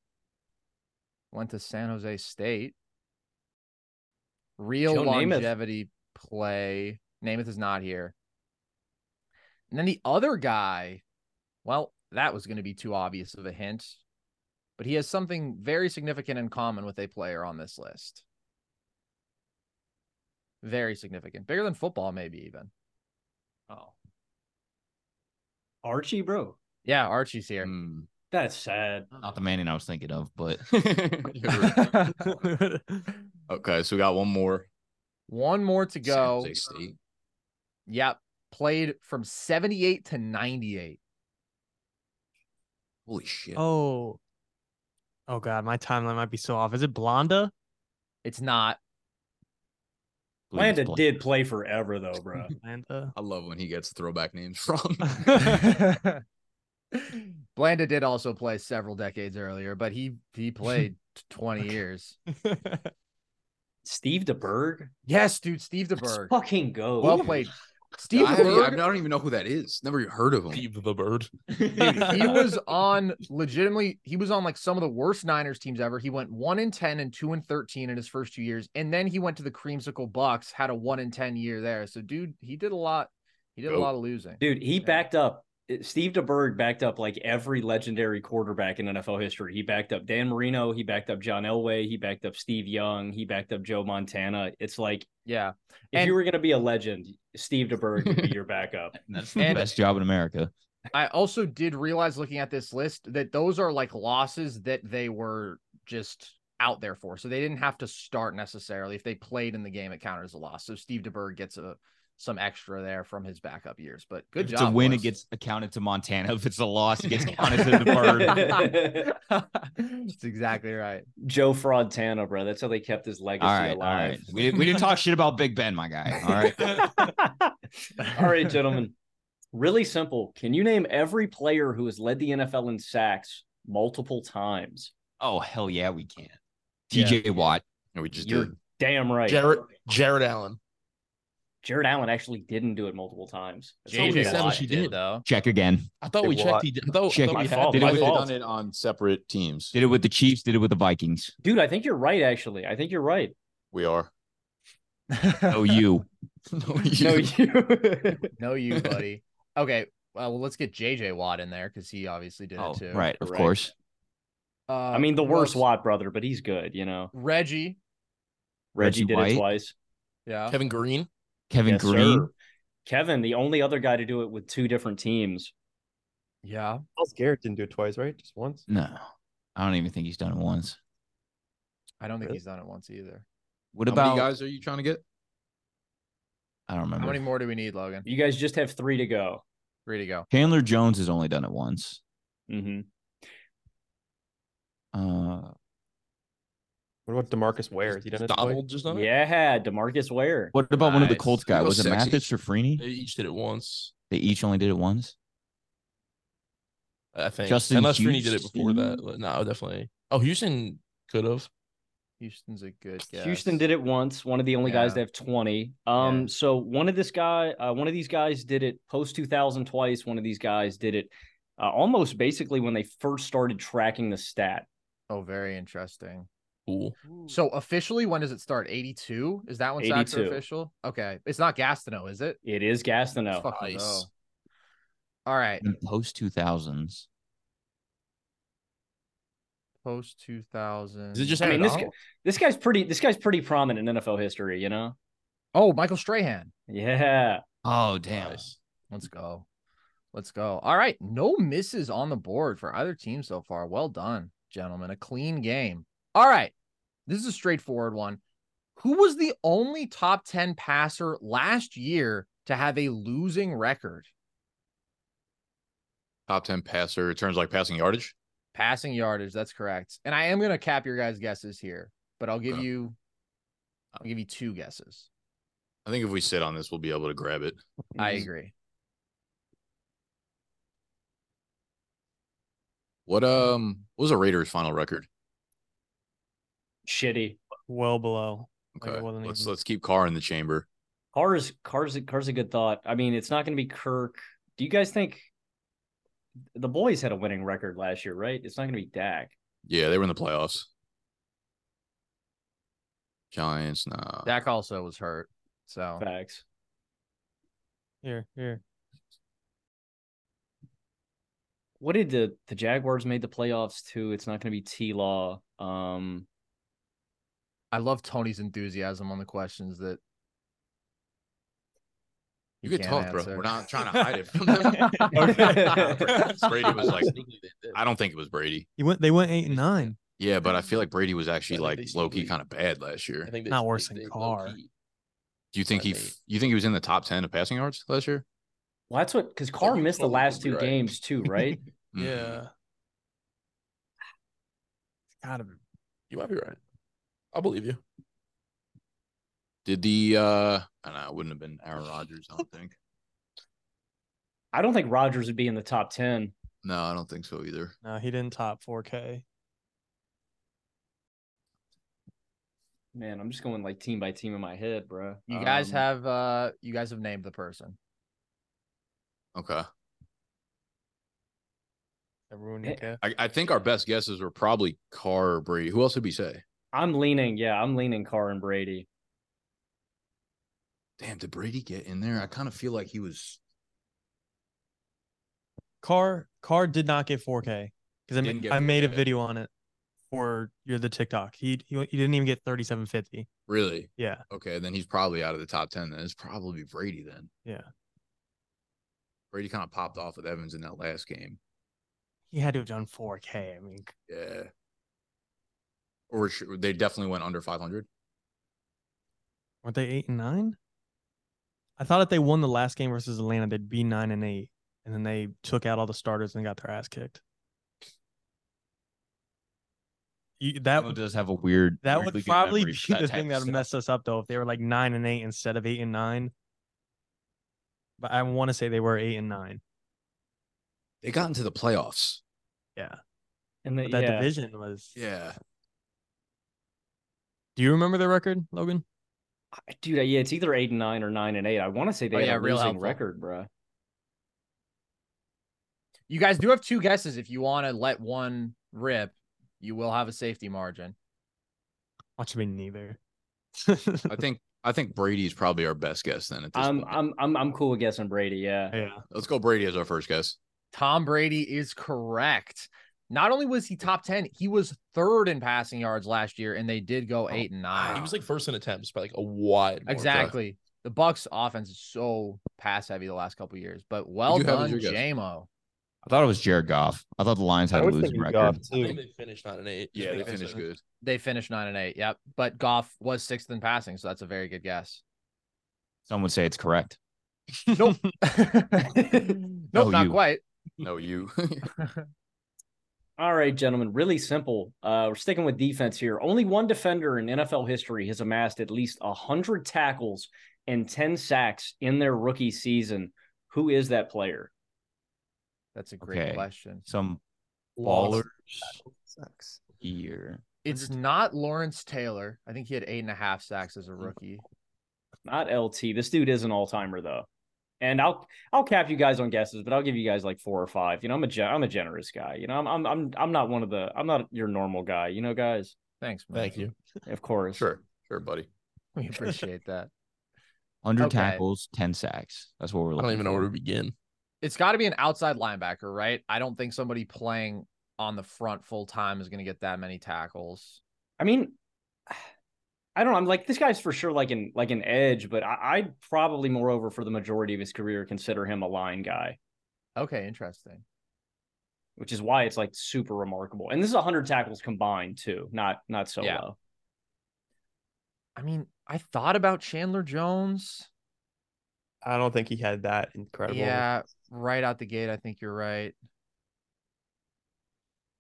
Speaker 6: Went to San Jose State. Real
Speaker 8: Joe Namath.
Speaker 6: longevity play. Namath is not here. And then the other guy, well, that was going to be too obvious of a hint, but he has something very significant in common with a player on this list. Very significant. Bigger than football, maybe even.
Speaker 8: Oh. Archie, bro.
Speaker 6: Yeah, Archie's here.
Speaker 8: That's sad.
Speaker 9: Hmm. Not the Manning I was thinking of,
Speaker 6: [laughs]
Speaker 9: but
Speaker 7: okay, so we got one more.
Speaker 6: One more to
Speaker 7: San
Speaker 6: go.
Speaker 7: Jose State.
Speaker 6: Yep. Played from 78 to 98.
Speaker 7: Holy shit.
Speaker 1: Oh. Oh god, my timeline might be so off. Is it Blonda?
Speaker 6: It's not.
Speaker 8: Landa did play forever though, bro.
Speaker 1: Blanda.
Speaker 7: I love when he gets throwback names from.
Speaker 6: Blanda did also play several decades earlier, but he he
Speaker 7: [laughs]
Speaker 6: played t- 20 years.
Speaker 8: Steve DeBerg.
Speaker 6: Yes, dude, Steve
Speaker 8: Let's
Speaker 6: DeBerg.
Speaker 8: fucking go.
Speaker 6: Well
Speaker 7: [laughs]
Speaker 6: played. Steve
Speaker 7: I, haven't-
Speaker 6: DeBerg,
Speaker 7: I don't even know who that is. Never even heard of him.
Speaker 10: Steve the Bird.
Speaker 6: dude, he
Speaker 7: [laughs]
Speaker 6: was on legitimately he was on like some of the worst Niners teams ever. He went 1 in 10 and 2 and 13 in his first two years and then he went to the Creamsicle Bucks, had a 1 in 10 year there. So dude, he did a lot. He did a
Speaker 7: Dope.
Speaker 6: lot of losing.
Speaker 8: Dude, he backed up. eh, Steve DeBerg backed up like every legendary quarterback in NFL history. He backed up Dan Marino. He backed up John Elway. He backed up Steve Young. He backed up Joe Montana. It's like
Speaker 6: Yeah.
Speaker 8: if
Speaker 6: And-
Speaker 8: you were going to be a legend,
Speaker 6: [laughs]
Speaker 8: Steve DeBerg would be your backup.
Speaker 9: that's the
Speaker 6: And-
Speaker 9: best job in America.
Speaker 6: I also did realize looking at this list that those are like losses that they were just out there for. So they didn't have to start necessarily. If they played in the game, it counted as a loss. So Steve DeBerg gets a some extra there from his backup years. But good
Speaker 9: if
Speaker 6: job.
Speaker 9: it's a win,
Speaker 6: Les.
Speaker 9: it gets accounted to Montana. If it's a loss, it gets counted to the bird.
Speaker 7: [laughs]
Speaker 6: That's exactly right.
Speaker 8: Joe Fraudtana, bro. That's how they kept his legacy
Speaker 9: All right, all
Speaker 8: alive.
Speaker 9: right. We didn't, we didn't talk shit about Big Ben, my guy. All right.
Speaker 8: [laughs]
Speaker 6: [laughs]
Speaker 8: All right, gentlemen. Really simple. Can you name every player who has led the NFL in sacks multiple times?
Speaker 9: Oh hell yeah, we can. TJ Watt.
Speaker 7: And we just
Speaker 8: You're
Speaker 7: did.
Speaker 8: damn right.
Speaker 10: Jared Jared Allen.
Speaker 8: Jared Allen actually didn't do it multiple times. That's
Speaker 10: Somebody
Speaker 8: what
Speaker 10: said
Speaker 8: we
Speaker 10: what
Speaker 8: got.
Speaker 10: she did.
Speaker 6: though.
Speaker 9: Check again.
Speaker 10: I thought
Speaker 7: Did
Speaker 10: we
Speaker 7: what?
Speaker 10: checked. He did. I thought, I
Speaker 9: Check-
Speaker 10: thought
Speaker 9: my
Speaker 10: we had.
Speaker 9: fault,
Speaker 10: Did
Speaker 9: my
Speaker 10: we-
Speaker 7: They've
Speaker 9: fault.
Speaker 7: done it on separate teams.
Speaker 9: Did it with the Chiefs. Did it with the Vikings.
Speaker 8: Dude, I think you're right, actually. I think you're right.
Speaker 7: We are.
Speaker 9: Oh you.
Speaker 7: [laughs] No,
Speaker 8: No,
Speaker 7: you.
Speaker 8: [laughs] you.
Speaker 6: No, you, buddy. okay. uh, Well, well, let's get JJ Watt in there because he obviously did
Speaker 9: Oh,
Speaker 6: it too.
Speaker 9: right. Of
Speaker 8: Correct.
Speaker 9: course.
Speaker 6: Uh,
Speaker 8: I mean, the
Speaker 6: who
Speaker 8: worst
Speaker 6: else?
Speaker 8: Watt brother, but he's good, you know.
Speaker 6: Reggie.
Speaker 9: Reggie
Speaker 8: Reggie, did
Speaker 9: White.
Speaker 8: it twice.
Speaker 6: Yeah.
Speaker 10: Kevin Green.
Speaker 9: Kevin
Speaker 8: Yes,
Speaker 9: Green.
Speaker 8: sir. Kevin, the only other guy to do it with two different teams.
Speaker 6: Yeah.
Speaker 4: Miles Garrett didn't do it twice, right? Just once.
Speaker 9: No, I don't even think he's done it once.
Speaker 6: I don't think
Speaker 4: Really?
Speaker 6: he's done it once either.
Speaker 9: What
Speaker 7: How
Speaker 9: about?
Speaker 7: many guys are you trying to get?
Speaker 9: I don't
Speaker 6: How
Speaker 9: remember.
Speaker 6: many more do we need, Logan?
Speaker 8: You guys just have three to go.
Speaker 6: Three to go.
Speaker 9: Chandler Jones has only done it once.
Speaker 7: Mm-hmm.
Speaker 8: hmm
Speaker 9: Uh,
Speaker 4: What about Demarcus Ware? Has he done it twice?
Speaker 10: Donald just done it.
Speaker 8: Yeah, Demarcus Ware.
Speaker 9: what about one of the
Speaker 6: Nice.
Speaker 9: Colts guys?
Speaker 7: Go
Speaker 9: Was it
Speaker 7: sexy.
Speaker 9: Mathis or
Speaker 10: They
Speaker 9: Freeney?
Speaker 10: each did it once.
Speaker 9: They each only did it once.
Speaker 10: I think.
Speaker 9: Justin
Speaker 10: Unless Freeney did it before
Speaker 9: Houston?
Speaker 10: that. but No, definitely. Oh, Houston could have.
Speaker 6: Houston's a good guess.
Speaker 8: Houston did it once. One of the only guys
Speaker 6: Yeah.
Speaker 8: to have twenty. Um,
Speaker 6: Yeah.
Speaker 8: so one of this guy, uh, one of these guys did it post two thousand twice. One of these guys did it uh, almost basically when they first started tracking the stat.
Speaker 6: Oh, very interesting.
Speaker 10: Cool.
Speaker 6: So officially, when does it start? 82? Is that when sacks are
Speaker 8: 82.
Speaker 6: official? Okay. It's not Gastineau, is it?
Speaker 8: It is Gastineau.
Speaker 6: Fuck no.
Speaker 10: nice.
Speaker 6: All right.
Speaker 9: In post two thousands.
Speaker 6: Post 2000.
Speaker 10: Is it just?
Speaker 8: I mean,
Speaker 10: Aaron
Speaker 8: this guy-
Speaker 10: Donald?
Speaker 8: This guy's pretty. This guy's pretty prominent in NFL history. You know.
Speaker 6: Oh, Michael Strahan.
Speaker 8: Yeah.
Speaker 9: Oh damn!
Speaker 10: Nice.
Speaker 6: Let's go. Let's go. All right. No misses on the board for either team so far. Well done, gentlemen. A clean game. All right. This is a straightforward one. Who was the only top 10 passer last year to have a losing record?
Speaker 7: Top 10 passer. It turns like passing yardage.
Speaker 6: Passing yardage. That's correct. And I am going to cap your guys' guesses here, but I'll give
Speaker 7: Okay.
Speaker 6: you. I'll give you two guesses.
Speaker 7: I think if we sit on this, we'll be able to grab it.
Speaker 6: I agree.
Speaker 7: What um what was the Raiders final record?
Speaker 8: Shitty.
Speaker 1: Well below.
Speaker 7: Okay. let's let's keep Carr in the chamber.
Speaker 8: Carr's Carr's Carr's a good thought. I mean, it's not going to be Kirk. Do you guys think the boys had a winning record last year, right? It's not going to be Dak.
Speaker 7: Yeah, they were in the playoffs. Giants, nah.
Speaker 6: Dak also was hurt. So
Speaker 8: facts.
Speaker 1: Here, here.
Speaker 8: What did the the Jaguars made the playoffs too? It's not going to be T Law. Um,
Speaker 6: I love Tony's enthusiasm on the questions that he
Speaker 7: You could
Speaker 6: can't
Speaker 7: talk, bro.
Speaker 6: answer.
Speaker 7: We're not
Speaker 6: [laughs]
Speaker 7: trying to hide it from them. [laughs] Brady was like, I don't think it was Brady.
Speaker 1: He went. They went eight and nine.
Speaker 7: Yeah, but I feel like Brady was actually like low key kind of bad last year.
Speaker 10: think
Speaker 1: Not worse than Carr.
Speaker 7: Do you think he? f- You think he was in the top ten of passing yards last year?
Speaker 8: well, that's what because Carr missed the last two
Speaker 7: right.
Speaker 8: games too, right?
Speaker 9: Mm-hmm.
Speaker 10: Yeah.
Speaker 1: Gotta be.
Speaker 10: You might be right. I'll believe you.
Speaker 7: Did the? uh I don't know. It wouldn't have been Aaron Rodgers. I don't think.
Speaker 8: I don't think Rodgers would [laughs] be in the top ten.
Speaker 7: No, I don't think so either.
Speaker 1: No, he didn't top 4K.
Speaker 8: Man, I'm just going like team by team in my head, bro.
Speaker 6: You guys
Speaker 8: Um,
Speaker 6: have uh you guys have named the person.
Speaker 7: Okay.
Speaker 1: Everyone
Speaker 8: Eh,
Speaker 1: okay?
Speaker 7: I, I think our best guesses were probably Carr or Brady. Who else would we say?
Speaker 8: I'm leaning, yeah, I'm leaning Carr and Brady.
Speaker 7: Damn, did Brady get in there? I kind of feel like he was.
Speaker 1: Carr Carr did not get 4K because I,
Speaker 7: Didn't
Speaker 1: ma-
Speaker 7: get
Speaker 1: I made a
Speaker 7: 4K.
Speaker 1: video on it for you're the TikTok. He, he he didn't even get 3750.
Speaker 7: Really?
Speaker 1: Yeah,
Speaker 7: Okay, then he's probably out of the top 10. Then it's probably Brady then.
Speaker 1: yeah.
Speaker 7: Brady kind of popped off with Evans in that last game.
Speaker 1: He had to have done 4K. I mean,
Speaker 7: Yeah. Or sh- they definitely went under 500.
Speaker 1: weren't they eight and nine? I thought if they won the last game versus Atlanta, they'd be nine and eight, and then they took out all the starters and got their ass kicked. You, that
Speaker 9: That does have a weird.
Speaker 1: That
Speaker 9: weirdly
Speaker 1: would
Speaker 9: good
Speaker 1: probably be
Speaker 9: memory for
Speaker 1: the thing
Speaker 9: type
Speaker 1: that
Speaker 9: of
Speaker 1: would
Speaker 9: stuff.
Speaker 1: mess us up though if they were like nine and eight instead of eight and nine. But I want to say they were eight and nine.
Speaker 7: They got into the playoffs.
Speaker 1: Yeah.
Speaker 8: And the,
Speaker 1: But that
Speaker 8: yeah.
Speaker 1: division was
Speaker 7: Yeah.
Speaker 1: Do you remember their record, Logan?
Speaker 8: Dude, yeah, it's either eight and nine or nine and eight. I want to say they
Speaker 6: Oh,
Speaker 8: had
Speaker 6: yeah,
Speaker 8: a
Speaker 6: real
Speaker 8: losing
Speaker 6: helpful.
Speaker 8: record, bro.
Speaker 6: You guys do have two guesses. If you want to let one rip, you will have a safety margin.
Speaker 1: Watch me neither.
Speaker 7: I think I think Brady is probably our best guess then at this
Speaker 8: I'm
Speaker 7: point.
Speaker 8: I'm I'm I'm cool with guessing Brady, yeah.
Speaker 1: Yeah.
Speaker 7: Let's go Brady as our first guess.
Speaker 6: Tom Brady is correct. Not only was he top 10, he was third in passing yards last year, and they did go eight and nine.
Speaker 10: Oh, He was like first in attempts by like a wide. margin.
Speaker 6: exactly. The Bucks offense is so pass heavy the last couple years, but well
Speaker 10: you have as
Speaker 6: done,
Speaker 10: your guess?
Speaker 6: JMO.
Speaker 9: I thought it was Jared Goff. I thought the Lions had a losing record.
Speaker 10: I think they finished nine and eight.
Speaker 7: Yeah,
Speaker 10: Just
Speaker 7: they
Speaker 10: make it
Speaker 7: finished
Speaker 10: so.
Speaker 7: good.
Speaker 6: They finished nine and eight. Yep. But Goff was sixth in passing, so that's a very good guess.
Speaker 9: Some would say it's correct.
Speaker 6: [laughs]
Speaker 9: [laughs]
Speaker 6: Nope. nope,
Speaker 1: Oh,
Speaker 9: No,
Speaker 6: not
Speaker 9: you.
Speaker 1: [laughs]
Speaker 6: quite. [laughs]
Speaker 7: No, you.
Speaker 8: All right, gentlemen, really simple. Uh, we're sticking with defense here. Only one defender in NFL history has amassed at least 100 tackles and 10 sacks in their rookie season. Who is that player?
Speaker 6: That's a great
Speaker 9: Okay.
Speaker 6: question.
Speaker 9: Some
Speaker 10: Lost.
Speaker 9: ballers here.
Speaker 6: It's not Lawrence Taylor. I think he had eight and a half sacks
Speaker 7: Mm.
Speaker 6: as a rookie.
Speaker 8: Not LT. This dude is an all-timer though. And I'll I'll cap you guys on guesses, but I'll give you guys like four or five. You know, I'm a gen- I'm a generous guy. You know, I'm I'm I'm I'm not one of the I'm not your normal guy. You know, guys.
Speaker 6: Thanks, man.
Speaker 10: Thank you.
Speaker 8: Of course.
Speaker 7: sure. Sure, buddy.
Speaker 6: We appreciate that.
Speaker 9: 100
Speaker 6: Okay.
Speaker 9: tackles, 10 sacks. That's what we're
Speaker 10: I
Speaker 9: looking
Speaker 10: don't even know
Speaker 9: for.
Speaker 10: where to begin.
Speaker 6: It's got to be an outside linebacker, right? I don't think somebody playing on the front full time is going to get that many tackles.
Speaker 8: [laughs] I mean, [sighs] I don't know. I'm like this guy's for sure like an like an edge, but I, I'd probably moreover for the majority of his career consider him a line guy,
Speaker 6: Okay, interesting.
Speaker 8: which is why it's like super remarkable. And this is 100 tackles combined too, not not solo.
Speaker 6: Yeah. I mean, I thought about Chandler Jones.
Speaker 12: I don't think he had that incredible.
Speaker 6: Yeah, right out the gate. I think you're right.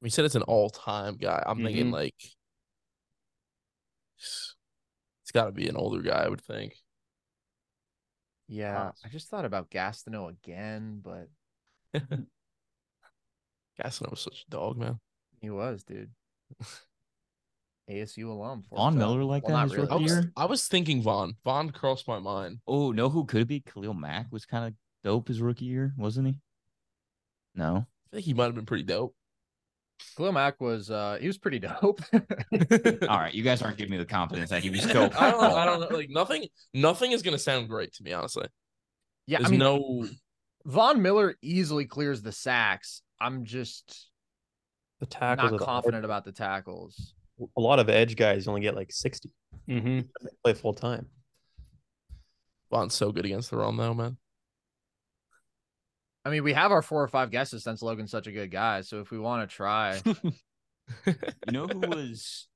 Speaker 10: We said it's an all time guy. I'm thinking
Speaker 9: Mm-hmm.
Speaker 8: Mhm.
Speaker 10: like it's got to be an older guy. I would think.
Speaker 6: Yeah, I just thought about Gastineau again, but
Speaker 10: Gaston was such a dog, man.
Speaker 9: [laughs]
Speaker 6: he was, dude. ASU alum. for
Speaker 9: Von
Speaker 6: himself.
Speaker 9: Miller like
Speaker 6: Well,
Speaker 9: that
Speaker 6: not
Speaker 9: his
Speaker 6: really.
Speaker 9: rookie year?
Speaker 10: I was thinking Vaughn. Vaughn crossed my mind.
Speaker 9: Oh, know who could it be? Khalil Mack was kind of dope his rookie year, wasn't he? No.
Speaker 10: I think he might have been pretty dope.
Speaker 6: Khalil Mack was uh he was pretty dope. [laughs]
Speaker 9: All right, you guys aren't giving me the confidence that he
Speaker 10: [laughs]
Speaker 9: was
Speaker 10: I
Speaker 9: dope.
Speaker 10: don't. I don't know. Like nothing. Nothing is gonna sound great to me, honestly.
Speaker 6: Yeah,
Speaker 10: There's
Speaker 6: I mean,
Speaker 10: no.
Speaker 6: Von Miller easily clears the sacks. I'm just
Speaker 12: the tackles.
Speaker 6: not
Speaker 12: are the hard-
Speaker 6: confident about the tackles.
Speaker 12: A lot of edge guys only get like 60.
Speaker 10: Mm-hmm.
Speaker 12: They play full time.
Speaker 10: Vaughn's so good against the run,
Speaker 6: [laughs]
Speaker 10: though, man.
Speaker 6: I mean, we have our four or five guesses since Logan's such a good guy. So if we want to
Speaker 10: [laughs]
Speaker 6: try,
Speaker 9: You know who was?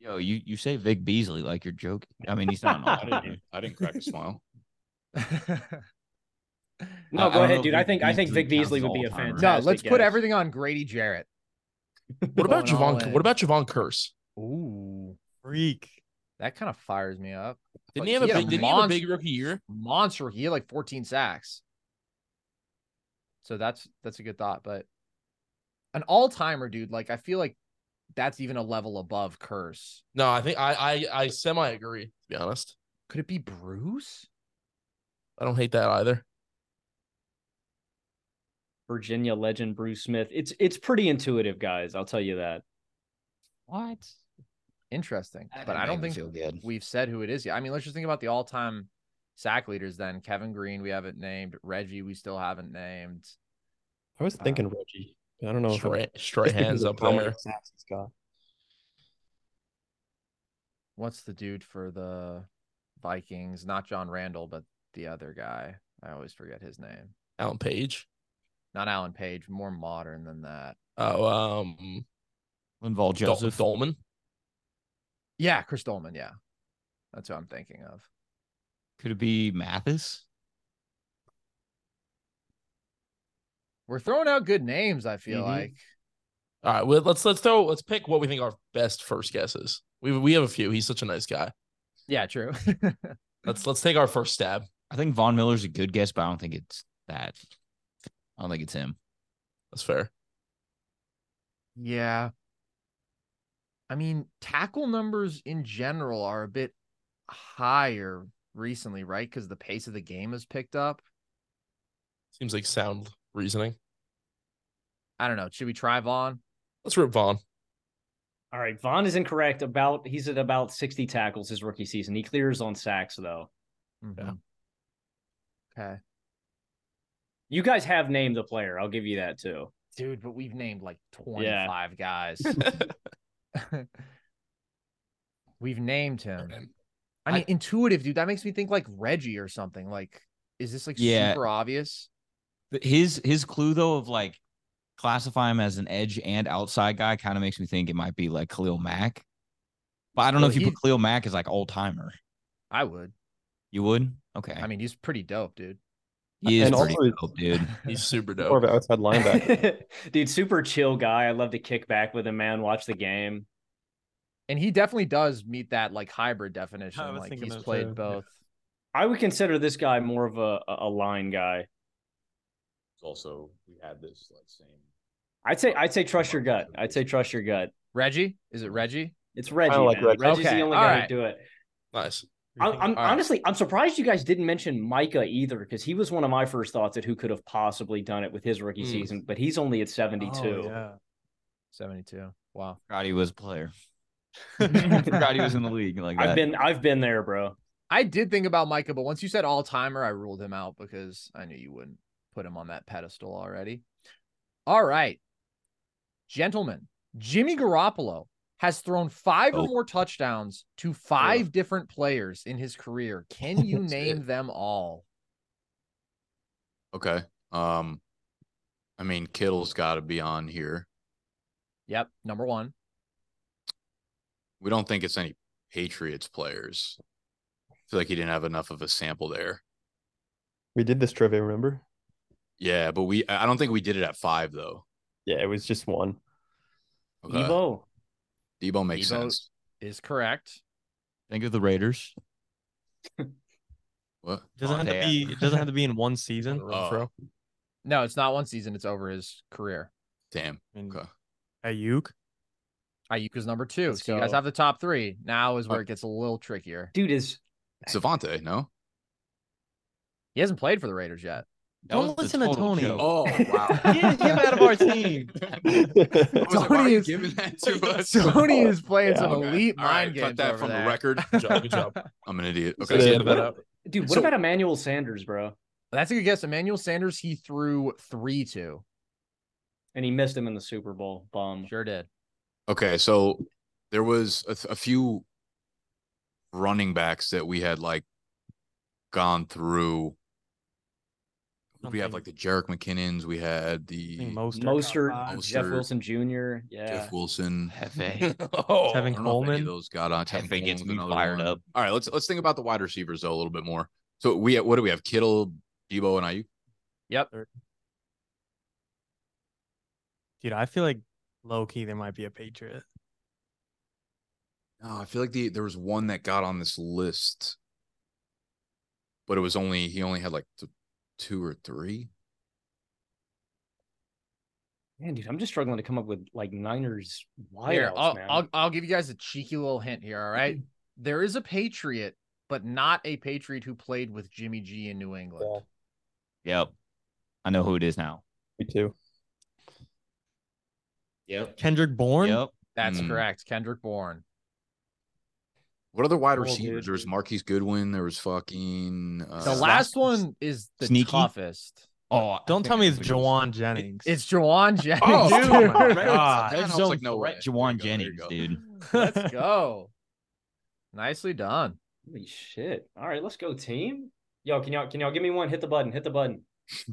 Speaker 9: Yo, you you say Vic Beasley like you're joking. I mean, he's not. An
Speaker 7: [laughs] I
Speaker 9: all-pro.
Speaker 7: didn't, I didn't crack
Speaker 9: [laughs]
Speaker 7: a smile.
Speaker 8: No,
Speaker 9: I- I
Speaker 8: go
Speaker 9: don't know
Speaker 8: ahead,
Speaker 9: if
Speaker 8: dude. I
Speaker 9: Vic
Speaker 8: think I think
Speaker 9: Beasley
Speaker 8: Vic Beasley would
Speaker 9: counts
Speaker 8: be a
Speaker 9: as all-timer.
Speaker 8: fantastic.
Speaker 6: no, let's put
Speaker 8: guess.
Speaker 6: everything on Grady Jarrett.
Speaker 10: What about
Speaker 6: Going all
Speaker 10: Javon?
Speaker 6: in.
Speaker 10: What about Javon Curse?
Speaker 6: Ooh,
Speaker 1: freak.
Speaker 6: That kind of fires me up.
Speaker 10: Didn't
Speaker 6: Like,
Speaker 10: he have a
Speaker 6: had
Speaker 10: big? Didn't he have a
Speaker 6: monster,
Speaker 10: big rookie year?
Speaker 6: monster rookie. He had like 14 sacks. So that's that's a good thought, but an all timer, dude. Like I feel like that's even a level above curse.
Speaker 10: No, I think I I, I semi agree. To be honest,
Speaker 6: Could it be Bruce?
Speaker 10: I don't hate that either.
Speaker 8: Virginia legend Bruce Smith. It's it's pretty intuitive, guys. I'll tell you that.
Speaker 9: What?
Speaker 6: Interesting,
Speaker 9: That
Speaker 6: but
Speaker 9: didn't
Speaker 6: I don't
Speaker 9: make me
Speaker 6: think
Speaker 9: feel good.
Speaker 6: we've said who it is yet. I mean, let's just think about the all time sack leaders. Then Kevin Green, we haven't named Reggie. We still haven't named.
Speaker 12: I was thinking Reggie. I don't know. if [laughs]
Speaker 10: Straight,
Speaker 6: [laughs]
Speaker 12: I'm-
Speaker 10: straight
Speaker 12: just because
Speaker 10: hands
Speaker 12: of
Speaker 10: up
Speaker 12: how many
Speaker 10: there.
Speaker 12: sacks he's got.
Speaker 6: What's the dude for the Vikings? Not John Randall, but the other guy. I always forget his name.
Speaker 10: Alan Page.
Speaker 6: Not Alan Page. More modern than that.
Speaker 10: Oh, um,
Speaker 9: Linval
Speaker 10: Dol-
Speaker 9: Joseph.
Speaker 10: Dolman.
Speaker 6: Yeah, Chris Dolman. Yeah, that's what I'm thinking of.
Speaker 9: Could it be Mathis?
Speaker 6: We're throwing out good names. I feel
Speaker 9: Mhm.
Speaker 6: like
Speaker 10: All right, well, let's let's throw let's pick what we think our best first guess is. We we have a few. He's such a nice guy.
Speaker 6: yeah, true. [laughs]
Speaker 10: Let's let's take our first stab.
Speaker 9: I think Von Miller's a good guess, but I don't think it's that. I don't think it's him.
Speaker 10: That's fair.
Speaker 6: Yeah. I mean, tackle numbers in general are a bit higher recently, right? Because the pace of the game has picked up.
Speaker 10: Seems like sound reasoning.
Speaker 6: I don't know. Should we try Vaughn?
Speaker 10: Let's rip Vaughn.
Speaker 8: All right, Vaughn is incorrect. About he's at about sixty tackles his rookie season. He clears on sacks though.
Speaker 6: Mhm. Okay.
Speaker 8: You guys have named the player. I'll give you that too.
Speaker 6: Dude, but we've named like
Speaker 8: Yeah.
Speaker 6: 25
Speaker 10: [laughs]
Speaker 9: [laughs]
Speaker 6: guys. [laughs] we've named him. I
Speaker 10: I-
Speaker 6: mean, intuitive, dude. That makes me think like Reggie or something. Like, is this like
Speaker 9: Yeah.
Speaker 6: super obvious?
Speaker 9: But His his clue though of like classify him as an edge and outside guy kind of makes me think it might be like Khalil Mack. But I don't know
Speaker 6: Well,
Speaker 9: if you
Speaker 6: he-
Speaker 9: put Khalil Mack as like all timer.
Speaker 6: I would.
Speaker 9: You would? Okay.
Speaker 6: I mean, he's pretty dope, dude.
Speaker 9: he is
Speaker 12: And
Speaker 9: pretty
Speaker 12: also-
Speaker 9: dope, dude.
Speaker 10: He's super
Speaker 12: More of
Speaker 10: dope.
Speaker 12: an outside linebacker.
Speaker 8: [laughs] Dude, super chill guy. I love to kick back with him, man. Watch the game.
Speaker 6: And he definitely does meet that like hybrid definition.
Speaker 1: was
Speaker 6: Like
Speaker 1: thinking
Speaker 6: he's
Speaker 1: that
Speaker 6: played
Speaker 1: too.
Speaker 6: both.
Speaker 8: I would consider this guy more of a, a a line guy.
Speaker 7: It's also, we had this like same.
Speaker 8: I'd say I'd say trust your gut. I'd say trust your gut.
Speaker 6: Reggie? Is it Reggie?
Speaker 8: It's Reggie.
Speaker 12: like
Speaker 8: man.
Speaker 12: Reggie.
Speaker 8: Reggie's
Speaker 6: Okay,
Speaker 8: the only
Speaker 6: all
Speaker 8: guy
Speaker 6: right.
Speaker 8: to do it.
Speaker 10: Nice.
Speaker 8: I'm, I'm
Speaker 6: All right.
Speaker 8: honestly I'm surprised you guys didn't mention Micah either because he was one of my first thoughts at who could have possibly done it with his rookie
Speaker 6: Hmm.
Speaker 10: Mm.
Speaker 8: season, but he's only at 72.
Speaker 1: Oh, yeah.
Speaker 6: 72. Wow.
Speaker 9: Forgot he was a player. Forgot he was in the league like that.
Speaker 8: I've been I've been there, bro.
Speaker 6: I did think about Micah, but once you said all timer, I ruled him out because I knew you wouldn't put him on that pedestal already. All right. Gentlemen, Jimmy Garoppolo has thrown five or
Speaker 9: Oh.
Speaker 6: more touchdowns to five different players in his career. Can
Speaker 7: [laughs]
Speaker 6: you name them all?
Speaker 7: Okay. Um, I mean, Kittle's got to be on here.
Speaker 6: Yep. Number one.
Speaker 7: We don't think it's any Patriots players. I feel like he didn't have enough of a sample there.
Speaker 12: We did this trivia, remember?
Speaker 7: Yeah, but we, I I don't think we did it at five though.
Speaker 12: Yeah, it was just one.
Speaker 7: Okay. Debo,
Speaker 8: Evo.
Speaker 7: makes
Speaker 6: Debo-
Speaker 7: sense.
Speaker 6: Is correct.
Speaker 9: Think of the Raiders.
Speaker 7: [laughs] What?
Speaker 1: Doesn't
Speaker 9: Oh,
Speaker 1: have to
Speaker 9: damn.
Speaker 1: be. It doesn't have to be in one season.
Speaker 7: Oh,
Speaker 6: No, it's not one season. It's over his career.
Speaker 7: damn.
Speaker 1: I mean,
Speaker 7: Okay.
Speaker 1: Ayuk,
Speaker 6: Ayuka's number 2
Speaker 7: Let's
Speaker 6: so you guys
Speaker 7: go.
Speaker 6: have the top three. Now is where
Speaker 7: Uh,
Speaker 6: it gets a little trickier.
Speaker 8: Dude is
Speaker 7: Savante, no?
Speaker 6: He hasn't played for the Raiders yet.
Speaker 7: That was the total joke. [laughs] Oh
Speaker 1: [laughs]
Speaker 7: wow.
Speaker 6: Get him out of
Speaker 7: [laughs]
Speaker 6: our team. Tony is,
Speaker 10: [laughs]
Speaker 7: giving that to us.
Speaker 6: Tony
Speaker 7: [laughs]
Speaker 6: is playing some
Speaker 7: Okay.
Speaker 6: elite
Speaker 7: All
Speaker 6: mind
Speaker 7: right,
Speaker 6: games
Speaker 7: cut that
Speaker 6: over
Speaker 7: from
Speaker 6: there.
Speaker 7: the record. Good job, good job. [laughs] I'm an idiot.
Speaker 8: So
Speaker 7: Okay,
Speaker 8: yeah,
Speaker 7: so-
Speaker 8: what about- Dude, what
Speaker 7: So-
Speaker 8: about Emmanuel Sanders, bro?
Speaker 6: That's a good guess. Emmanuel Sanders, he threw three to.
Speaker 8: And he missed him in the Super Bowl. Bum.
Speaker 6: Sure did.
Speaker 7: Okay, so there was a, th- a few running backs that we had like gone through. We have like the Jarek McKinnons. We had the
Speaker 1: Mostert.
Speaker 8: Mostert, Jeff
Speaker 7: Mostert,
Speaker 8: Wilson Jr. Yeah.
Speaker 7: Jeff Wilson,
Speaker 1: [laughs]
Speaker 9: Hefe.
Speaker 7: [laughs] oh,
Speaker 1: Tevin
Speaker 7: I don't know if any
Speaker 1: Coleman.
Speaker 7: of those got on. Tevin
Speaker 9: Hefe gets
Speaker 7: Coleman's
Speaker 9: me
Speaker 7: another
Speaker 9: fired
Speaker 7: one.
Speaker 9: up.
Speaker 7: All right, let's let's think about the wide receivers though a little bit more. So we what do we have? Kittle, Debo, and Ayuk.
Speaker 6: Yep.
Speaker 1: Dude, I feel like low key there might be a Patriot.
Speaker 7: No, Oh, I feel like the there was one that got on this list, but it was only he only had like th- two or three.
Speaker 8: Man, dude, I'm just struggling to come up with like Niners wideouts,
Speaker 6: Here, I'll,
Speaker 8: man.
Speaker 6: I'll, I'll give you guys a cheeky little hint here. All right. there is a Patriot, but not a Patriot who played with Jimmy G in New England.
Speaker 9: Yep. I know who it is now.
Speaker 12: Me too.
Speaker 9: Yep.
Speaker 1: Kendrick Bourne.
Speaker 9: Yep.
Speaker 6: That's
Speaker 7: Mm.
Speaker 6: correct. Kendrick Bourne.
Speaker 7: What other wide
Speaker 6: Oh,
Speaker 7: receivers?
Speaker 6: dude.
Speaker 7: There was Marquise Goodwin. There was fucking uh,
Speaker 6: The last one is the
Speaker 7: Sneaky?
Speaker 6: toughest.
Speaker 9: Oh, I
Speaker 1: Don't
Speaker 9: think
Speaker 1: tell
Speaker 9: I
Speaker 1: me
Speaker 9: know
Speaker 1: it's
Speaker 9: who it is.
Speaker 1: Jawan Jennings.
Speaker 6: It's Jawan Jennings.
Speaker 9: Oh,
Speaker 6: dude.
Speaker 9: dude, my
Speaker 1: Right.
Speaker 9: God.
Speaker 7: That
Speaker 9: That's
Speaker 7: sounds
Speaker 9: zone
Speaker 7: like no way.
Speaker 9: threat, Jawan
Speaker 7: There you go, there you
Speaker 9: Jennings,
Speaker 7: go.
Speaker 9: dude.
Speaker 8: [laughs]
Speaker 6: Let's go. Nicely done.
Speaker 8: Holy shit. All right, let's go, team. Yo, can y'all can y'all give me one? Hit the button. Hit
Speaker 6: [laughs]
Speaker 8: the button.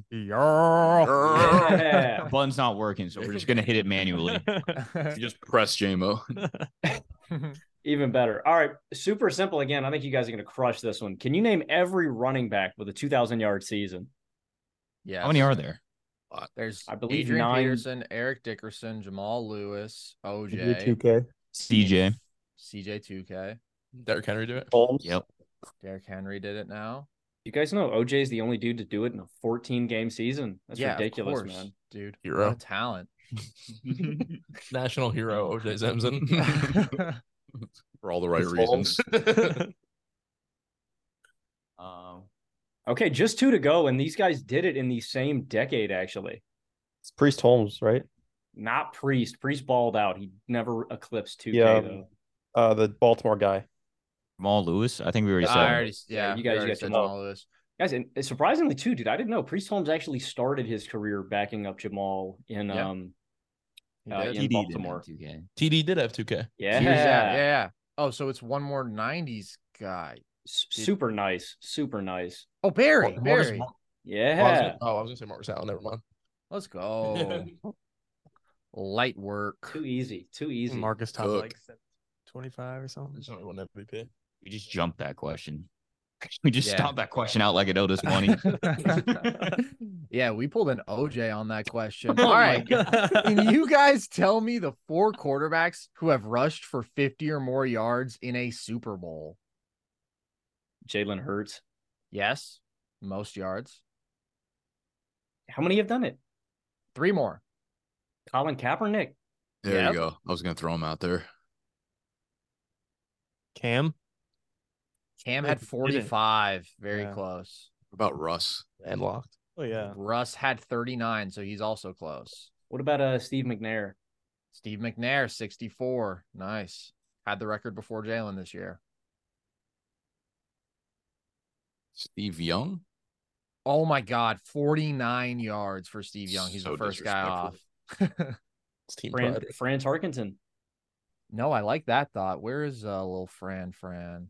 Speaker 8: Yeah.
Speaker 9: Button's not working, so we're just gonna hit it manually.
Speaker 7: You just press JMO.
Speaker 8: Even better. All right. Super simple again. I think you guys are gonna crush this one. Can you name every running back with a two thousand yard season?
Speaker 6: Yeah.
Speaker 9: How many are there?
Speaker 6: Uh, There's
Speaker 8: I believe
Speaker 6: Adrian
Speaker 8: nine-
Speaker 6: Peterson, Eric Dickerson, Jamal Lewis,
Speaker 12: You're
Speaker 6: OJ,
Speaker 12: 2K.
Speaker 9: CJ.
Speaker 6: CJ 2K.
Speaker 10: Derrick Henry do it.
Speaker 12: Holmes.
Speaker 9: Yep.
Speaker 6: Derrick Henry did it now.
Speaker 8: You guys know OJ is the only dude to do it in a 14 game season. That's
Speaker 6: Yeah, of
Speaker 8: ridiculous,
Speaker 6: course,
Speaker 8: man.
Speaker 6: Dude,
Speaker 9: [laughs]
Speaker 10: Hero.
Speaker 6: what a talent.
Speaker 10: [laughs] National hero OJ Oh, Simpson.
Speaker 7: for all the right
Speaker 12: It's
Speaker 8: [laughs]
Speaker 7: reasons.
Speaker 9: Um,
Speaker 8: Okay, just two to go, and these guys did it in the same decade, actually.
Speaker 12: It's Priest Holmes, right?
Speaker 8: Not Priest. Priest balled out. He never eclipsed 2K
Speaker 12: Yeah.
Speaker 8: though.
Speaker 12: Uh, the Baltimore guy.
Speaker 9: Jamal Lewis. I think we already
Speaker 6: I
Speaker 9: said.
Speaker 6: already,
Speaker 8: Yeah,
Speaker 6: yeah,
Speaker 8: you
Speaker 6: we
Speaker 8: guys- you
Speaker 6: already
Speaker 8: guys
Speaker 6: said
Speaker 8: know.
Speaker 6: Jamal Lewis.
Speaker 8: Guys, and and surprisingly too, dude, I didn't know Priest Holmes actually started his career backing up Jamal in
Speaker 6: Yeah.
Speaker 8: um
Speaker 6: He
Speaker 8: uh,
Speaker 6: did.
Speaker 8: in
Speaker 9: TD did
Speaker 8: Baltimore.
Speaker 9: it, 2K.
Speaker 10: TD did have 2K.
Speaker 8: Yeah.
Speaker 6: He was at- yeah, yeah. Oh, so it's one more 90s guy.
Speaker 8: S- Super nice. Super nice.
Speaker 6: Oh, Barry.
Speaker 10: Mar- Marcus-
Speaker 6: Barry.
Speaker 10: Oh, I was
Speaker 8: Yeah.
Speaker 10: gonna- oh, I was gonna say Marcus Allen. Never mind. Oh,
Speaker 6: Let's go. Oh, Light work.
Speaker 8: Too easy. Too easy.
Speaker 1: Marcus top
Speaker 7: Cook.
Speaker 1: like 25 or something.
Speaker 10: There's only one MVP.
Speaker 9: We just jumped that question. [laughs] We just
Speaker 6: Yeah.
Speaker 9: stomped that question out like it
Speaker 6: [laughs]
Speaker 9: owed us money.
Speaker 6: yeah, we pulled an OJ on that question.
Speaker 9: Oh
Speaker 6: All
Speaker 9: my
Speaker 6: right. Can you guys tell me the four quarterbacks who have rushed for 50 or more yards in a Super Bowl?
Speaker 8: Jalen Hurts.
Speaker 6: Yes, most yards.
Speaker 8: How many have done it?
Speaker 6: Three more.
Speaker 8: Colin Kaepernick.
Speaker 7: There
Speaker 6: Yep.
Speaker 7: you go. I was gonna throw him out there.
Speaker 1: Cam.
Speaker 6: Cam
Speaker 1: Yeah,
Speaker 6: had
Speaker 1: he did it.
Speaker 6: 45. Very
Speaker 1: Yeah.
Speaker 6: close.
Speaker 7: What about Russ?
Speaker 10: And locked.
Speaker 1: Oh yeah.
Speaker 6: Russ had 39, so he's also close.
Speaker 8: What about uh Steve McNair?
Speaker 6: Steve McNair, 64. Nice. Had the record before Jalen this year.
Speaker 7: Steve Young?
Speaker 6: Oh my God, 49 yards for Steve Young. He's
Speaker 7: So
Speaker 6: the first guy off. [laughs]
Speaker 10: It's team
Speaker 8: Fran,
Speaker 10: pride.
Speaker 8: Franz Harkinson.
Speaker 6: No, I like that thought. Where is uh, little Fran
Speaker 8: [laughs]
Speaker 6: Fran?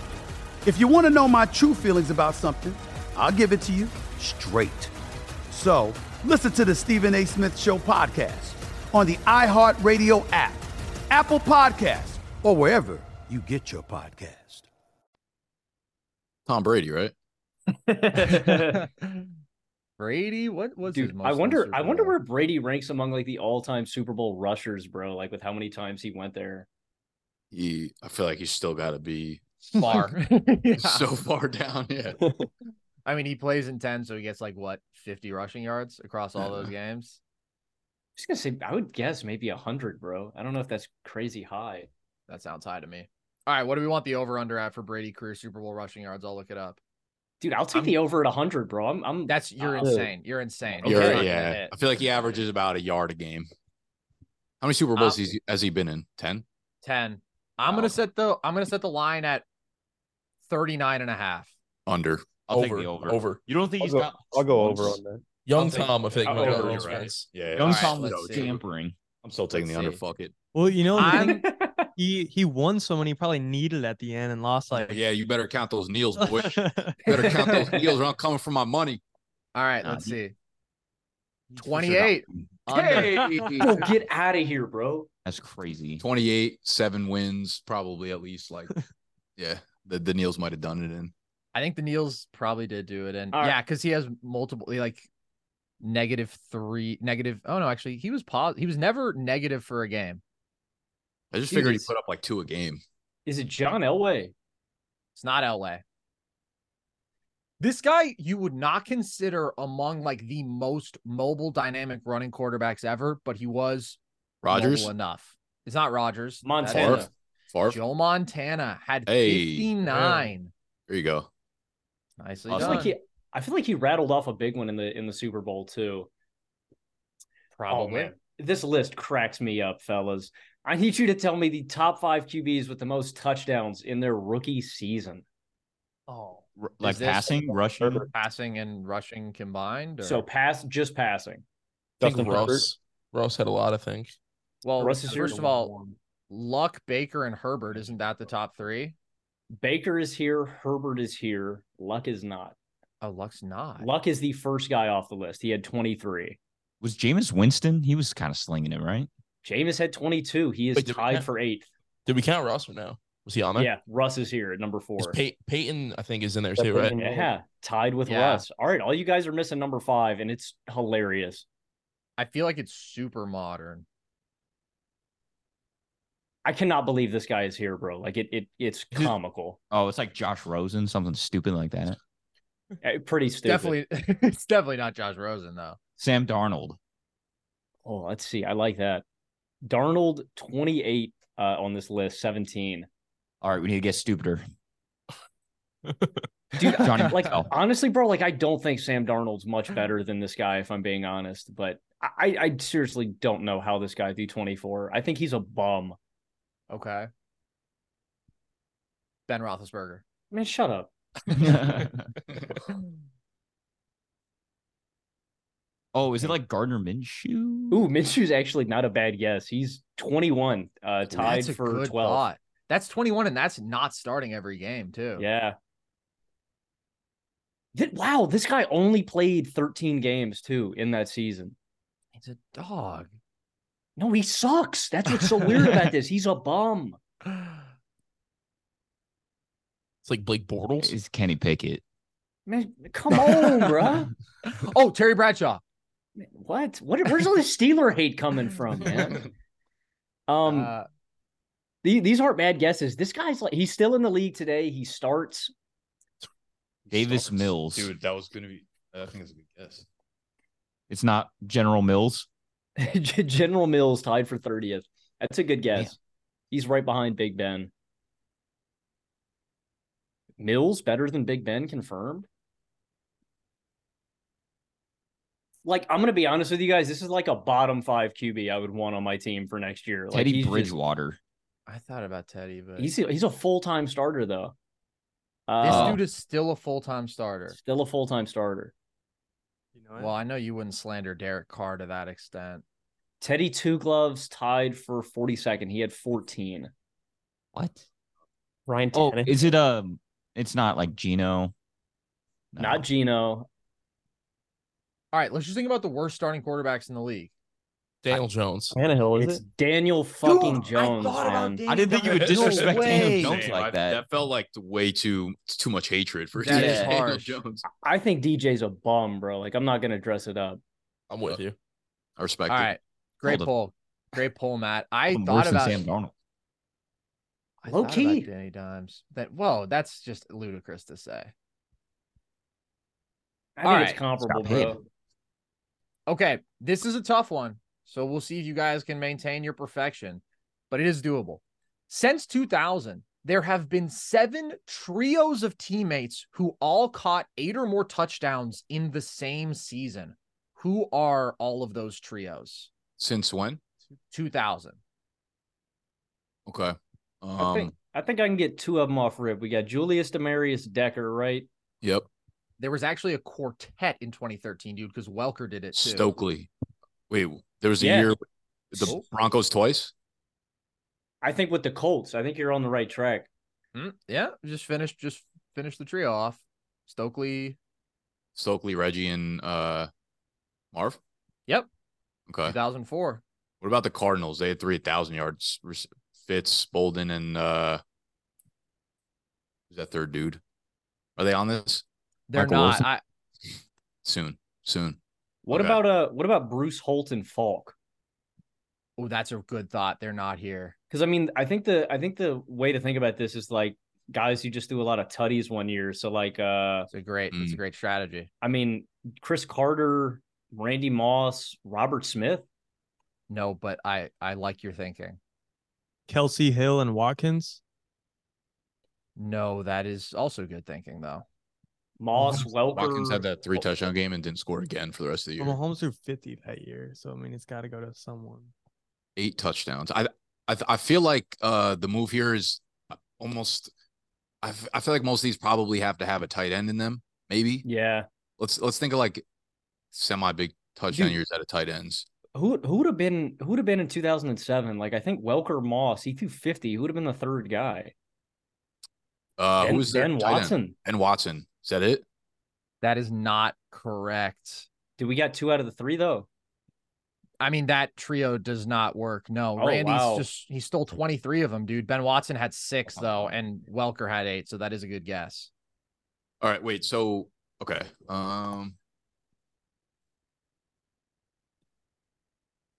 Speaker 3: If you want to know my true feelings about something, I'll give it to you straight. So, listen to the Stephen A. Smith Show podcast on the iHeartRadio app, Apple Podcasts, or wherever you get your podcast.
Speaker 7: Tom Brady, right?
Speaker 13: Brady, what was his
Speaker 8: Dude,
Speaker 13: most
Speaker 8: I wonder.
Speaker 13: Super
Speaker 8: I wonder
Speaker 13: Bowl?
Speaker 8: where Brady ranks among like the all-time Super Bowl rushers, bro. Like with how many times he went there.
Speaker 7: He, I feel like he's still got to be
Speaker 13: far.
Speaker 7: [laughs] so far down. Yeah.
Speaker 6: [laughs] I mean, he plays in 10, so he gets like what 50 rushing yards across all
Speaker 7: Uh-huh.
Speaker 6: those games.
Speaker 8: I was gonna say, I would guess maybe a hundred, bro. I don't know if that's crazy high.
Speaker 6: That sounds high to me. All right, what do we want the over under at for Brady career Super Bowl rushing yards? I'll look it up.
Speaker 8: Dude, I'll take the [laughs] over at hundred, bro. I'm, I'm
Speaker 6: That's you're
Speaker 8: I'll-
Speaker 6: insane. You're insane.
Speaker 7: You're-
Speaker 6: You're not gonna
Speaker 7: yeah.
Speaker 6: hit.
Speaker 7: I feel like he averages about a yard a game. How many Super Bowls he's, has he been in? 10?
Speaker 6: 10. I'm gonna set the I'm gonna set the line at 39 and a half.
Speaker 7: Under.
Speaker 6: I'll take the over.
Speaker 7: You don't
Speaker 6: think
Speaker 4: I'll
Speaker 6: he's
Speaker 4: go,
Speaker 6: got-
Speaker 4: I'll go over on that.
Speaker 10: Young Tom, I think.
Speaker 7: I'll
Speaker 10: might
Speaker 7: go
Speaker 10: have
Speaker 7: over,
Speaker 10: those
Speaker 7: right?
Speaker 10: rights.
Speaker 7: Yeah.
Speaker 9: Young
Speaker 7: all right,
Speaker 9: Tom was
Speaker 7: let's see.
Speaker 9: tampering.
Speaker 7: I'm still taking the under. Fuck it.
Speaker 1: Well, you know, the thing-
Speaker 8: I'm-
Speaker 1: he he won so many, he probably needed at the end and lost like
Speaker 7: Yeah, you better count those kneels,
Speaker 1: [laughs]
Speaker 7: boy. You better count [laughs] those kneels or I'm coming for my money.
Speaker 6: All right,
Speaker 7: Nah,
Speaker 6: let's
Speaker 7: he-
Speaker 6: see.
Speaker 7: for sure [laughs]
Speaker 6: 28. [laughs]
Speaker 7: got- Hey!
Speaker 8: Yo, get out of here, bro.
Speaker 9: That's crazy.
Speaker 7: 28, seven wins, probably at
Speaker 6: [laughs]
Speaker 7: least like, yeah, the, the Niels might have done it in.
Speaker 6: I think the Niels probably did do it. And
Speaker 8: All right.
Speaker 6: yeah, because he has multiple he, like negative three, negative. Oh no, actually, he was pos he was never negative for a game.
Speaker 7: I just figured he
Speaker 6: Jeez.
Speaker 7: put up like two a game.
Speaker 8: Is it John Elway?
Speaker 6: It's not Elway. This guy you would not consider among like the most mobile dynamic running quarterbacks ever, but he was
Speaker 7: Rodgers?
Speaker 6: mobile enough. It's not Rogers.
Speaker 8: Montana.
Speaker 7: Favre?
Speaker 6: Joe Montana had
Speaker 7: Hey.
Speaker 6: 59.
Speaker 7: There you go.
Speaker 6: Nicely
Speaker 8: I feel
Speaker 6: done.
Speaker 8: like he, I feel like he rattled off a big one in the in the Super Bowl too.
Speaker 10: Oh,
Speaker 6: Probably.
Speaker 8: man. This list cracks me up, fellas. I need you to tell me the top five QBs with the most touchdowns in their rookie season.
Speaker 6: oh,
Speaker 9: R- like
Speaker 6: Is this-
Speaker 9: passing, rushing.
Speaker 6: passing and rushing combined. Or?
Speaker 8: So pass, just passing.
Speaker 10: I think
Speaker 4: Justin
Speaker 10: Russ. Russ had a lot, I think.
Speaker 6: well,
Speaker 8: Russ is your
Speaker 6: first of all, Luck, Baker, and Herbert. Isn't that [laughs] the top three?
Speaker 8: Baker is here, Herbert is here, Luck is not.
Speaker 6: Oh, Luck's not.
Speaker 8: Luck is the first guy off the list. He had 23.
Speaker 9: Was Jameis Winston? He was kind of slinging it, right?
Speaker 8: Jameis had 22. He is
Speaker 10: Wait, did we
Speaker 8: tied
Speaker 10: count-
Speaker 8: for eighth.
Speaker 10: Did we count Russ or no? Was he on there?
Speaker 8: Yeah, Russ is here at number four.
Speaker 10: Is Pey- Peyton, I think, is in there too, right?
Speaker 8: Yeah, tied with
Speaker 6: Yeah.
Speaker 8: Russ. All right, all you guys are missing number five, and it's hilarious.
Speaker 6: I feel like it's super modern.
Speaker 8: I cannot believe this guy is here, bro. Like it, it it's
Speaker 9: Dude.
Speaker 8: comical,
Speaker 9: Oh, it's like Josh Rosen, something stupid like that.
Speaker 8: Eh, pretty
Speaker 6: It's
Speaker 8: stupid.
Speaker 6: definitely, it's definitely not Josh Rosen though.
Speaker 9: Sam Darnold.
Speaker 8: Oh, let's see. I like that. Darnold twenty eight uh, on this list, seventeen.
Speaker 9: All right, we need to get stupider.
Speaker 8: Dude, I-
Speaker 9: Johnny
Speaker 8: like
Speaker 9: Manziel.
Speaker 8: honestly, bro, like I don't think Sam Darnold's much better than this guy, if I'm being honest. But I, I seriously don't know how this guy threw twenty four. I think he's a bum.
Speaker 6: Okay. Ben Roethlisberger.
Speaker 8: Man, shut up.
Speaker 9: Oh, is it like Gardner Minshew?
Speaker 8: Ooh, Minshew's actually not a bad guess. He's 21, uh, tied
Speaker 6: That's a
Speaker 8: for
Speaker 6: good
Speaker 8: 12.
Speaker 6: thought. That's 21, and that's not starting every game, too.
Speaker 8: Yeah. Th- wow, this guy only played 13 games too in that season.
Speaker 6: He's a dog.
Speaker 8: No, he sucks. That's what's so
Speaker 6: [laughs]
Speaker 8: weird about this. um, He's a bum.
Speaker 10: It's like Blake Bortles.
Speaker 9: Is Kenny Pickett?
Speaker 8: Man,
Speaker 9: [laughs]
Speaker 8: come on, bro.
Speaker 6: Oh, Terry Bradshaw.
Speaker 8: What? What? Where's all this Steeler hate coming from, man? Um,
Speaker 6: Uh,
Speaker 8: the- these aren't bad guesses. This guy's like he's still in the league today. He starts.
Speaker 9: Davis Mills.
Speaker 7: Dude, that was gonna be. I think it's a good guess.
Speaker 9: It's not General
Speaker 8: [laughs]
Speaker 9: Mills.
Speaker 8: General Mills tied for thirtieth. That's a good guess. He's right behind Big Ben. Mills better than Big Ben confirmed. Like I'm gonna be honest with you guys, this is like a bottom five QB I would want on my team for next year. Like
Speaker 9: Teddy
Speaker 8: he's just-
Speaker 9: Bridgewater.
Speaker 6: I thought about Teddy, but
Speaker 8: he's a, he's a full time starter though.
Speaker 6: this
Speaker 8: Uh,
Speaker 6: dude is still a full time starter.
Speaker 8: still a full time starter.
Speaker 6: Well, I know you wouldn't slander Derek Carr to that extent.
Speaker 8: Teddy Two Gloves tied for 42nd. He had 14.
Speaker 9: What?
Speaker 14: Ryan
Speaker 9: Oh,
Speaker 14: Tannehill.
Speaker 9: is it um? It's not like Gino.
Speaker 8: Not Gino.
Speaker 6: All right, let's just think about the worst starting quarterbacks in the league.
Speaker 10: Daniel Jones.
Speaker 14: Tannehill,
Speaker 8: It's Daniel fucking
Speaker 6: Dude, I
Speaker 8: Jones.
Speaker 6: thought about
Speaker 8: man.
Speaker 6: Daniel I didn't think [laughs] you would
Speaker 7: There's no
Speaker 9: disrespect
Speaker 7: way.
Speaker 9: Daniel Jones
Speaker 7: Damn,
Speaker 9: like
Speaker 7: I-
Speaker 9: that.
Speaker 7: That felt like way too it's too much hatred for
Speaker 6: That
Speaker 7: [laughs]
Speaker 6: is
Speaker 7: Daniel
Speaker 6: harsh.
Speaker 7: Jones.
Speaker 8: I think DJ's a bum, bro. Like I'm not gonna dress it up.
Speaker 10: I'm with you.
Speaker 7: I respect
Speaker 6: All
Speaker 7: it.
Speaker 6: right, great
Speaker 9: Hold up.
Speaker 6: poll, Oh, great poll, Matt. I
Speaker 9: I'm
Speaker 6: thought
Speaker 9: worse
Speaker 6: about
Speaker 9: than Sam Darnold.
Speaker 6: I
Speaker 8: Low
Speaker 6: thought
Speaker 8: key.
Speaker 6: about Danny Dimes. That whoa, that's just ludicrous to say.
Speaker 8: I
Speaker 6: All
Speaker 8: think it's
Speaker 6: right.
Speaker 8: comparable,
Speaker 9: Scott Pitt.
Speaker 8: bro.
Speaker 6: Okay, this is a tough one. So we'll see if you guys can maintain your perfection, but it is doable. Since 2000, there have been seven trios of teammates who all caught eight or more touchdowns in the same season. Who are all of those trios?
Speaker 7: Since when?
Speaker 6: 2000.
Speaker 7: Okay. Um.
Speaker 8: I think I think I can get two of them off rip. We got Julius Demarius Decker, right?
Speaker 7: Yep.
Speaker 6: There was actually a quartet in 2013, dude, because Welker did it too.
Speaker 7: Stokely. Wait, there was a
Speaker 8: Yeah.
Speaker 7: year the
Speaker 6: Oh.
Speaker 7: Broncos twice.
Speaker 8: I think with the Colts, I think you're on the right track.
Speaker 6: Hmm, yeah, just finish, just finish the trio off. Stokely,
Speaker 7: Stokely, Reggie, and uh, Marv.
Speaker 6: Yep.
Speaker 7: Okay.
Speaker 6: 2004.
Speaker 7: What about the Cardinals? They had three thousand yards. Re- Fitz, Bolden, and uh, who's that third dude? Are they on this
Speaker 6: They're
Speaker 7: Michael
Speaker 6: not.
Speaker 7: Wilson?
Speaker 6: I,
Speaker 7: [laughs] soon? Soon.
Speaker 8: What
Speaker 7: Okay.
Speaker 8: about uh what about Bruce Holt and Falk?
Speaker 6: oh, that's a good thought. They're not here.
Speaker 8: Because I mean, I think the I think the way to think about this is like guys who just do a lot of tutties one year. So like uh
Speaker 6: It's a great, it's a
Speaker 7: Mm.
Speaker 6: great strategy.
Speaker 8: I mean Chris Carter, Randy Moss, Robert Smith.
Speaker 6: No, but I, I like your thinking.
Speaker 1: Kelsey Hill and Watkins.
Speaker 6: No, that is also good thinking though.
Speaker 8: Moss, Welker.
Speaker 7: Watkins had that three touchdown game and didn't score again for the rest of the
Speaker 1: Well,
Speaker 7: year.
Speaker 1: Mahomes threw 50 that year, so I mean it's got to go to someone.
Speaker 7: Eight touchdowns. I I I feel like uh the move here is almost. I, f- I feel like most of these probably have to have a tight end in them. Maybe
Speaker 8: Yeah.
Speaker 7: let's let's think of like semi big touchdown
Speaker 8: Dude.
Speaker 7: years out of tight ends.
Speaker 8: Who who would have been who would have been in 2007? Like I think Welker Moss, he threw 50. Who would have been the third guy?
Speaker 7: Uh,
Speaker 8: ben,
Speaker 7: who was their
Speaker 8: Ben
Speaker 7: tight end?
Speaker 8: Watson.
Speaker 7: Ben Watson. Is that it?
Speaker 6: That is not correct.
Speaker 8: Did we got two out of the three though?
Speaker 6: I mean, that trio does not work. No,
Speaker 8: Oh,
Speaker 6: Randy's
Speaker 8: wow.
Speaker 6: just he stole 23 of them, dude. Ben Watson had six
Speaker 7: Oh.
Speaker 6: though, and Welker had eight, so that is a good guess.
Speaker 7: All right, wait. So okay. Um.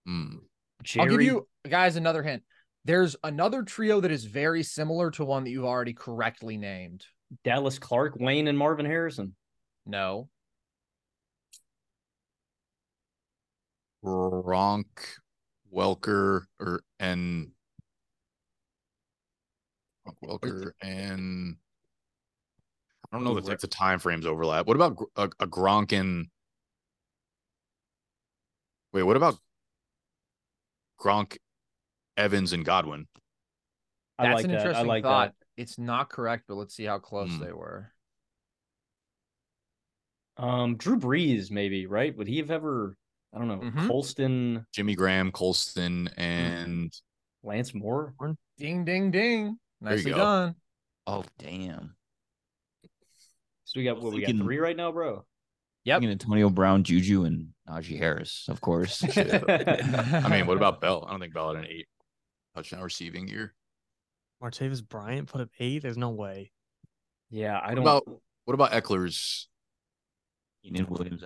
Speaker 7: hmm.
Speaker 8: Jerry,
Speaker 6: I'll give you guys another hint. There's another trio that is very similar to one that you've already correctly named.
Speaker 8: Dallas Clark, Wayne, and Marvin Harrison.
Speaker 6: No,
Speaker 7: Gronk, Welker, or and Gronk, Welker and I don't know that like the time frames overlap. What about Gr- a, a Gronk and wait? What about Gronk, Evans, and Godwin?
Speaker 8: I
Speaker 6: that's
Speaker 8: like
Speaker 6: an
Speaker 8: that.
Speaker 6: interesting
Speaker 8: I like
Speaker 6: thought.
Speaker 8: that. Hmm.
Speaker 6: It's not correct, but let's see how close
Speaker 7: Hmm.
Speaker 6: they were.
Speaker 8: Um, Drew Brees, maybe right? Would he have ever? I don't know.
Speaker 6: Mm-hmm.
Speaker 8: Colston, Mm.
Speaker 7: Jimmy Graham, Colston, and
Speaker 8: Lance Moore.
Speaker 6: Ding, ding, ding.
Speaker 7: There you
Speaker 6: Nicely
Speaker 7: go.
Speaker 6: done.
Speaker 9: Oh damn.
Speaker 8: So we got what we got
Speaker 9: Thinking-
Speaker 8: three right now, bro.
Speaker 9: Yep. Antonio Brown, Juju, and Najee Harris, of
Speaker 6: [laughs]
Speaker 9: course. [laughs]
Speaker 8: [laughs]
Speaker 7: I mean, what about Bell? I don't think Bell had an eight touchdown receiving year.
Speaker 1: Martavis Bryant put up eight. There's no way.
Speaker 8: Yeah, I
Speaker 7: What about what about Eckler's?
Speaker 9: Keenan Williams.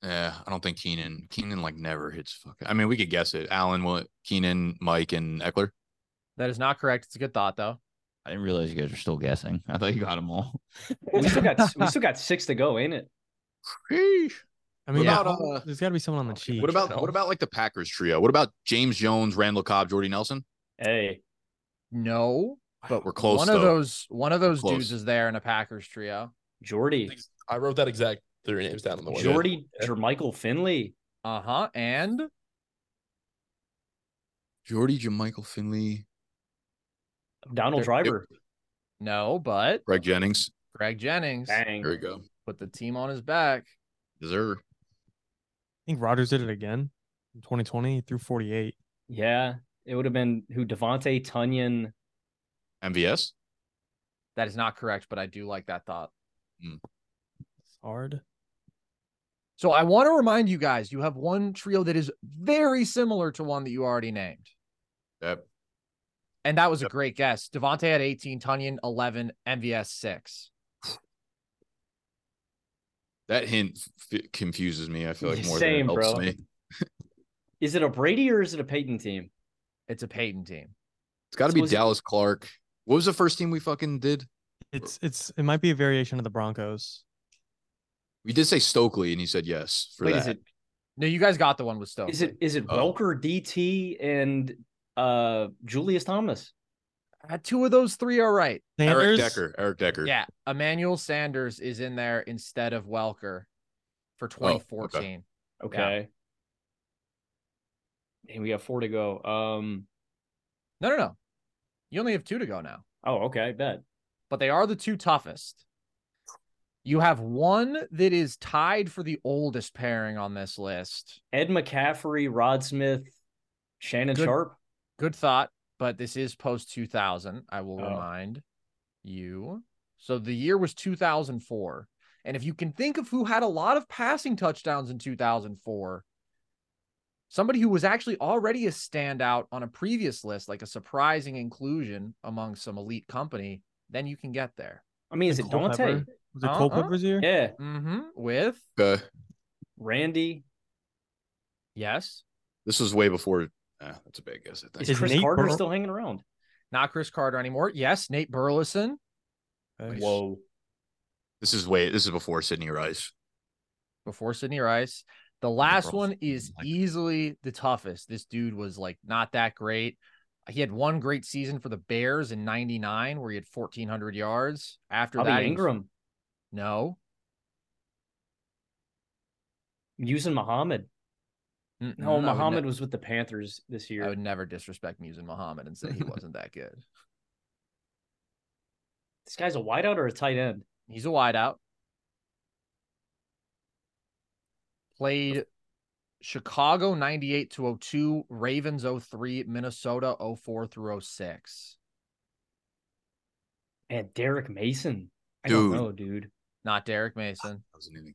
Speaker 7: Yeah, I don't think Keenan. Keenan like never hits. Fucking. I mean, we could guess it. Allen, what? Keenan, Mike, and Eckler.
Speaker 6: That is not correct. It's a good thought though.
Speaker 9: I didn't realize you guys were
Speaker 10: [laughs]
Speaker 9: still guessing. I thought you got them all.
Speaker 8: We
Speaker 6: [laughs]
Speaker 8: still got
Speaker 1: [laughs]
Speaker 8: we still got six to go, ain't it?
Speaker 1: I mean,
Speaker 7: about, uh,
Speaker 1: yeah, there's got to be someone
Speaker 8: Oh,
Speaker 1: on the Chiefs.
Speaker 7: What about what about like the Packers trio? What about James Jones, Randall Cobb, Jordy Nelson?
Speaker 8: Hey,
Speaker 6: No.
Speaker 7: But we're close.
Speaker 6: one
Speaker 7: though.
Speaker 6: of those one of those
Speaker 7: Close.
Speaker 6: dudes is there in a Packers trio.
Speaker 8: Jordy,
Speaker 10: I wrote that exact three names down on the way.
Speaker 8: Jordy, Jermichael Finley.
Speaker 6: Uh huh. And
Speaker 7: Jordy, Jamichael Finley,
Speaker 8: Donald Driver.
Speaker 6: no, but
Speaker 7: Greg Jennings.
Speaker 6: Greg Jennings
Speaker 8: Bang.
Speaker 7: There we go.
Speaker 6: put the team on his back.
Speaker 7: Deserve.
Speaker 1: I think Rodgers did it again in 2020 through 48.
Speaker 8: Yeah, it would have been who Devonte Tunyon.
Speaker 7: MVS.
Speaker 6: That is not correct, but I do like that thought.
Speaker 7: Hmm.
Speaker 1: Hard.
Speaker 6: So I want to remind you guys, you have one trio that is very similar to one that you already named.
Speaker 7: Yep.
Speaker 6: And that was a great guess. Devontae had 18, Tunyon 11, MVS 6.
Speaker 7: That hint f- confuses me. I feel like more
Speaker 8: Same,
Speaker 7: than it helps
Speaker 8: bro.
Speaker 7: me.
Speaker 8: Is it a Brady or is it a Peyton team?
Speaker 6: It's a Peyton team.
Speaker 7: It's got to
Speaker 8: So
Speaker 7: be
Speaker 8: was it-
Speaker 7: Dallas Clark. What was the first team we fucking did?
Speaker 1: It's it's it might be a variation of the Broncos.
Speaker 7: We did say Stokely, and he said yes for
Speaker 8: Wait,
Speaker 7: that.
Speaker 8: is it
Speaker 6: No, you guys got the one with Stokely.
Speaker 8: is it is it
Speaker 7: Oh.
Speaker 8: Welker, DT, and uh Julius Thomas?
Speaker 6: Uh, two of those three are right.
Speaker 7: Eric Decker. Eric Decker.
Speaker 6: Yeah. Emmanuel Sanders is in there instead of Welker for 2014.
Speaker 8: Okay. And we have four to go. Um.
Speaker 6: No, no, no. You only have two to go now.
Speaker 8: Oh, okay. I bet.
Speaker 6: but they are the two toughest. You have one that is tied for the oldest pairing on this list.
Speaker 8: Ed McCaffrey, Rod Smith, Shannon
Speaker 6: Good-
Speaker 8: Sharp.
Speaker 6: Good thought, but this is post 2000. I will
Speaker 8: Oh.
Speaker 6: remind you. So the year was 2004. And if you can think of who had a lot of passing touchdowns in 2004, somebody who was actually already a standout on a previous list, like a surprising inclusion among some elite company, then you can get there.
Speaker 8: I mean, is it Dante?
Speaker 1: Culpepper? Was it
Speaker 6: Uh-uh.
Speaker 1: Culpepper's year?
Speaker 8: Yeah,
Speaker 6: Mm-hmm. With
Speaker 7: Okay.
Speaker 8: Randy.
Speaker 6: yes,
Speaker 7: This was way before. eh, that's a bad guess. I
Speaker 8: Is
Speaker 7: think.
Speaker 1: Is
Speaker 8: Chris
Speaker 1: Nate
Speaker 8: Carter
Speaker 1: Burrow-
Speaker 8: still hanging around?
Speaker 6: not Chris Carter anymore. Yes, Nate Burleson.
Speaker 1: Okay.
Speaker 8: Whoa.
Speaker 7: This is way. This is before Sidney Rice.
Speaker 6: before Sidney Rice. The last
Speaker 7: Burleson,
Speaker 6: one is
Speaker 7: like-
Speaker 6: easily the toughest. This dude was like not that great. He had one great season for the Bears in 99 where he had 1400 yards. After
Speaker 8: Bobby
Speaker 6: that, he was-
Speaker 8: Ingram,
Speaker 6: no.
Speaker 8: Musin Muhammad.
Speaker 6: Mm-mm, I
Speaker 8: No,
Speaker 6: would ne-
Speaker 8: Muhammad was with the Panthers this
Speaker 6: I
Speaker 8: year.
Speaker 6: would never disrespect Musin Muhammad and say he wasn't that good. [laughs]
Speaker 8: This guy's a wideout or a tight end?
Speaker 6: He's a wideout. Played Chicago 98 to 02, Ravens 03, Minnesota 04 through 06.
Speaker 8: And Derek Mason. I
Speaker 7: Dude.
Speaker 8: don't know, dude.
Speaker 6: Not Derek Mason.
Speaker 7: I wasn't even.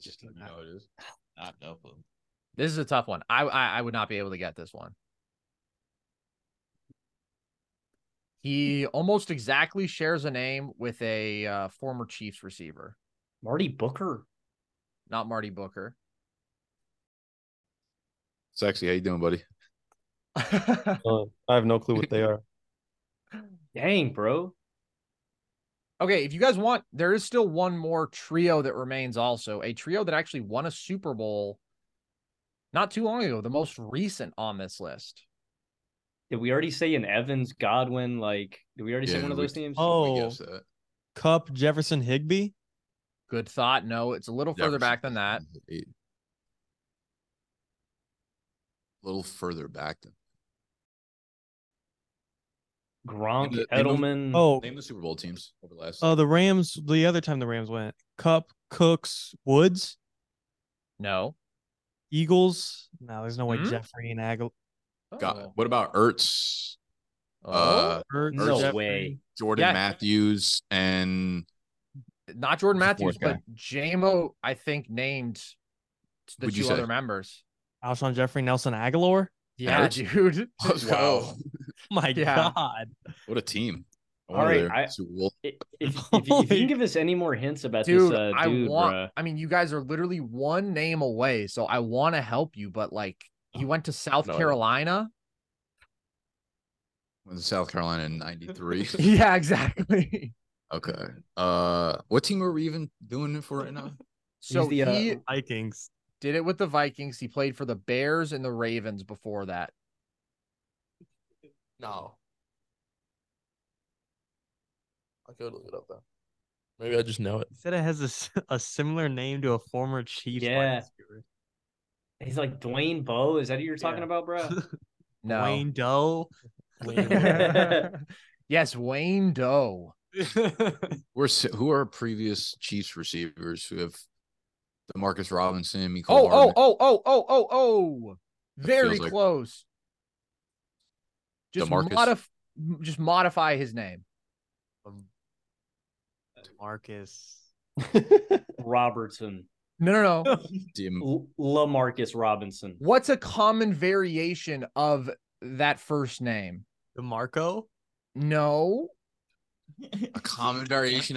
Speaker 7: Just don't know it is.
Speaker 9: Not nope. of 'em.
Speaker 6: This is a tough one. I, I I would not be able to get this one. He almost exactly shares a name with a uh, former Chiefs receiver,
Speaker 8: Marty Booker.
Speaker 6: not Marty Booker.
Speaker 7: Sexy, how you
Speaker 12: [laughs]
Speaker 7: doing, buddy?
Speaker 4: Uh, I have no clue what they are.
Speaker 8: Dang, bro.
Speaker 6: Okay, if you guys want, there is still one more trio that remains also a trio that actually won a Super Bowl not too long ago, the most recent on this list.
Speaker 8: Did we already say an Evans, Godwin? Like, did we already say
Speaker 7: Yeah,
Speaker 8: one of
Speaker 7: we-
Speaker 8: those names?
Speaker 7: We
Speaker 1: Oh,
Speaker 7: guessed that.
Speaker 1: Cup, Jefferson, Higby.
Speaker 6: Good thought. No, it's a little further
Speaker 7: Jefferson.
Speaker 6: back than that.
Speaker 7: Eight. A little further back than
Speaker 8: Gronk,
Speaker 7: Name the- name the-
Speaker 8: Edelman.
Speaker 1: Oh.
Speaker 7: name the Super Bowl teams over the last.
Speaker 1: Oh, the Rams. The other time the Rams went, Cup, Cooks, Woods,
Speaker 6: No.
Speaker 1: Eagles. No, there's no way
Speaker 7: Hmm?
Speaker 1: Jeffrey and Aguilar.
Speaker 8: Oh.
Speaker 7: God, what about Ertz? uh,
Speaker 1: Ertz,
Speaker 7: Ertz,
Speaker 1: No Jeffrey. way.
Speaker 7: Jordan
Speaker 6: Yeah.
Speaker 7: Matthews and
Speaker 6: Not Jordan
Speaker 7: Who's the
Speaker 6: Matthews,
Speaker 7: fourth
Speaker 6: but
Speaker 7: guy?
Speaker 6: JMO, I think, named the
Speaker 7: Who'd you
Speaker 6: two
Speaker 7: say?
Speaker 6: other members.
Speaker 1: Alshon Jeffrey, Nelson Aguilar.
Speaker 6: Yeah,
Speaker 7: Ertz? [laughs]
Speaker 6: dude.
Speaker 8: [laughs]
Speaker 7: Let's
Speaker 6: Wow.
Speaker 7: go.
Speaker 1: [laughs] [laughs] My
Speaker 6: Yeah.
Speaker 1: God.
Speaker 7: What a team! I
Speaker 8: All
Speaker 7: wonder
Speaker 8: right,
Speaker 7: their
Speaker 8: I-
Speaker 7: Super Bowl.
Speaker 8: If,
Speaker 1: [laughs]
Speaker 8: if, if you, if you can give us any more hints about
Speaker 6: Dude,
Speaker 8: this, uh,
Speaker 6: I
Speaker 8: dude,
Speaker 6: want
Speaker 8: bruh.
Speaker 6: I mean, you guys are literally one name away, so I want to help you, but like he went to South
Speaker 7: No idea. [laughs]
Speaker 6: Carolina.
Speaker 7: Was it South Carolina in '93.
Speaker 6: [laughs] yeah,
Speaker 7: [laughs]
Speaker 6: exactly.
Speaker 7: okay. Uh, what team are we even doing it for
Speaker 6: [laughs]
Speaker 7: right now?
Speaker 6: So
Speaker 8: the, uh,
Speaker 6: he
Speaker 1: Vikings.
Speaker 6: did it with the Vikings. He played for the Bears and the Ravens before that.
Speaker 10: No. I could look it up though. Maybe I just know it. [laughs]
Speaker 1: He said it has a, s- a similar name to a former Chiefs. wide
Speaker 8: Yeah.
Speaker 1: receiver.
Speaker 8: He's like Dwayne Bowe. Is that who you're talking
Speaker 1: Yeah.
Speaker 8: about,
Speaker 1: [laughs]
Speaker 8: bro?
Speaker 6: No.
Speaker 1: Wayne
Speaker 6: [laughs]
Speaker 1: Doe.
Speaker 6: yes, Wayne
Speaker 1: [laughs]
Speaker 6: Doe.
Speaker 7: We're s- who are previous Chiefs receivers who have Demarcus Robinson, Miko
Speaker 6: Oh, oh, oh, oh, oh, oh, oh. Very
Speaker 7: feels like-
Speaker 6: close. Just
Speaker 7: DeMarcus.
Speaker 6: modif- m- just modify his name.
Speaker 1: Marcus.
Speaker 8: [laughs] Robertson,
Speaker 6: No, no, no.
Speaker 8: L- [laughs] Lamarcus Robinson.
Speaker 6: What's a common variation of that first name?
Speaker 1: DeMarco.
Speaker 6: No. oh.
Speaker 7: a common variation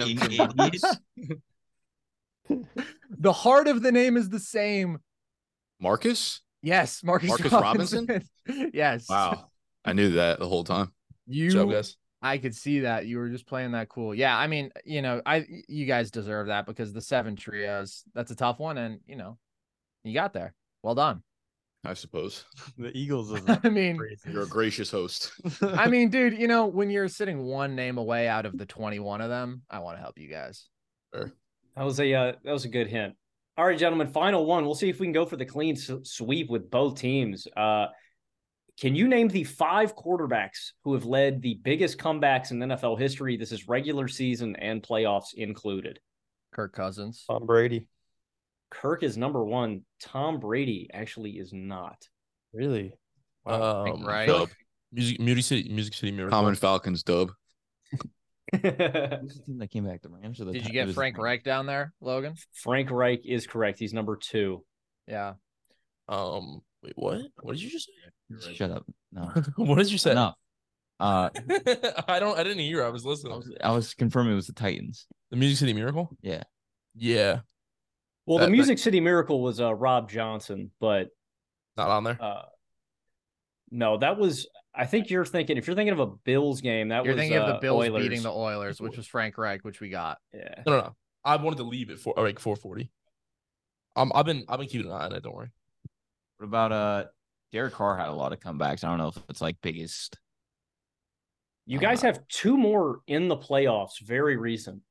Speaker 6: [laughs]
Speaker 7: of [laughs]
Speaker 6: The heart of the name is the same.
Speaker 7: Marcus.
Speaker 6: Yes, Marcus,
Speaker 7: Marcus
Speaker 6: [laughs] yes.
Speaker 7: Wow, I knew that the whole
Speaker 6: [laughs]
Speaker 7: time.
Speaker 6: You
Speaker 10: So guys,
Speaker 6: I could see that you were just playing that cool. Yeah, I mean, you know, I you guys deserve that because the seven trios, that's a tough one and, you know, you got there. Well done.
Speaker 7: I suppose
Speaker 1: The Eagles. Is
Speaker 6: I mean,
Speaker 1: crazy.
Speaker 7: you're a gracious host. [laughs]
Speaker 9: [laughs]
Speaker 6: I mean, dude, you know, when you're sitting one name away out of the 21 of them, I want to help you guys.
Speaker 8: That was a uh, that was a good hint. All right, gentlemen, final one. We'll see if we can go for the clean s- sweep with both teams. Uh, can you name the five quarterbacks who have led the biggest comebacks in NFL history? This is regular season and playoffs included.
Speaker 6: Kirk Cousins.
Speaker 4: Tom Brady.
Speaker 8: Kirk is number one. Tom Brady actually is not.
Speaker 4: Really?
Speaker 9: Oh,
Speaker 8: [laughs]
Speaker 10: um,
Speaker 6: right.
Speaker 10: Phillip, Music, Music City, Music City Miracle.
Speaker 7: Common Falcons dub.
Speaker 10: [laughs]
Speaker 9: Who's the team that came back? The Rams or the
Speaker 6: Did
Speaker 9: Ti-
Speaker 6: you
Speaker 9: it
Speaker 6: get
Speaker 9: was-
Speaker 6: Frank Reich down there, Logan?
Speaker 8: Frank Reich is correct. He's number two.
Speaker 6: Yeah.
Speaker 10: Um, wait, what? What did you just
Speaker 9: Shut up. No.
Speaker 10: say? [laughs] what did you say?
Speaker 9: Enough. Uh,
Speaker 10: I don't. I didn't hear. I was listening.
Speaker 9: I was, I was confirming it was the Titans.
Speaker 10: The Music City Miracle.
Speaker 9: Yeah.
Speaker 10: Yeah,
Speaker 8: Well,
Speaker 7: That-
Speaker 8: the
Speaker 7: that-
Speaker 8: Music City Miracle was uh, Rob Johnson, but
Speaker 10: not on there.
Speaker 8: uh, no, that was. I think you're thinking if you're thinking of a Bills game, that
Speaker 6: You're
Speaker 8: was
Speaker 6: thinking of the
Speaker 8: uh,
Speaker 6: Bills
Speaker 8: Oilers.
Speaker 6: beating the Oilers, which was
Speaker 8: [laughs]
Speaker 6: Frank Reich, which we got.
Speaker 8: Yeah.
Speaker 10: No, no, no. I wanted to leave at four, oh, like four forty. Um, I've been, I've been keeping an eye on it. Don't worry.
Speaker 9: What about uh Derek Carr had a lot of comebacks. I don't know if it's like biggest.
Speaker 8: You guys
Speaker 9: Uh,
Speaker 8: have two more in the playoffs, very recent.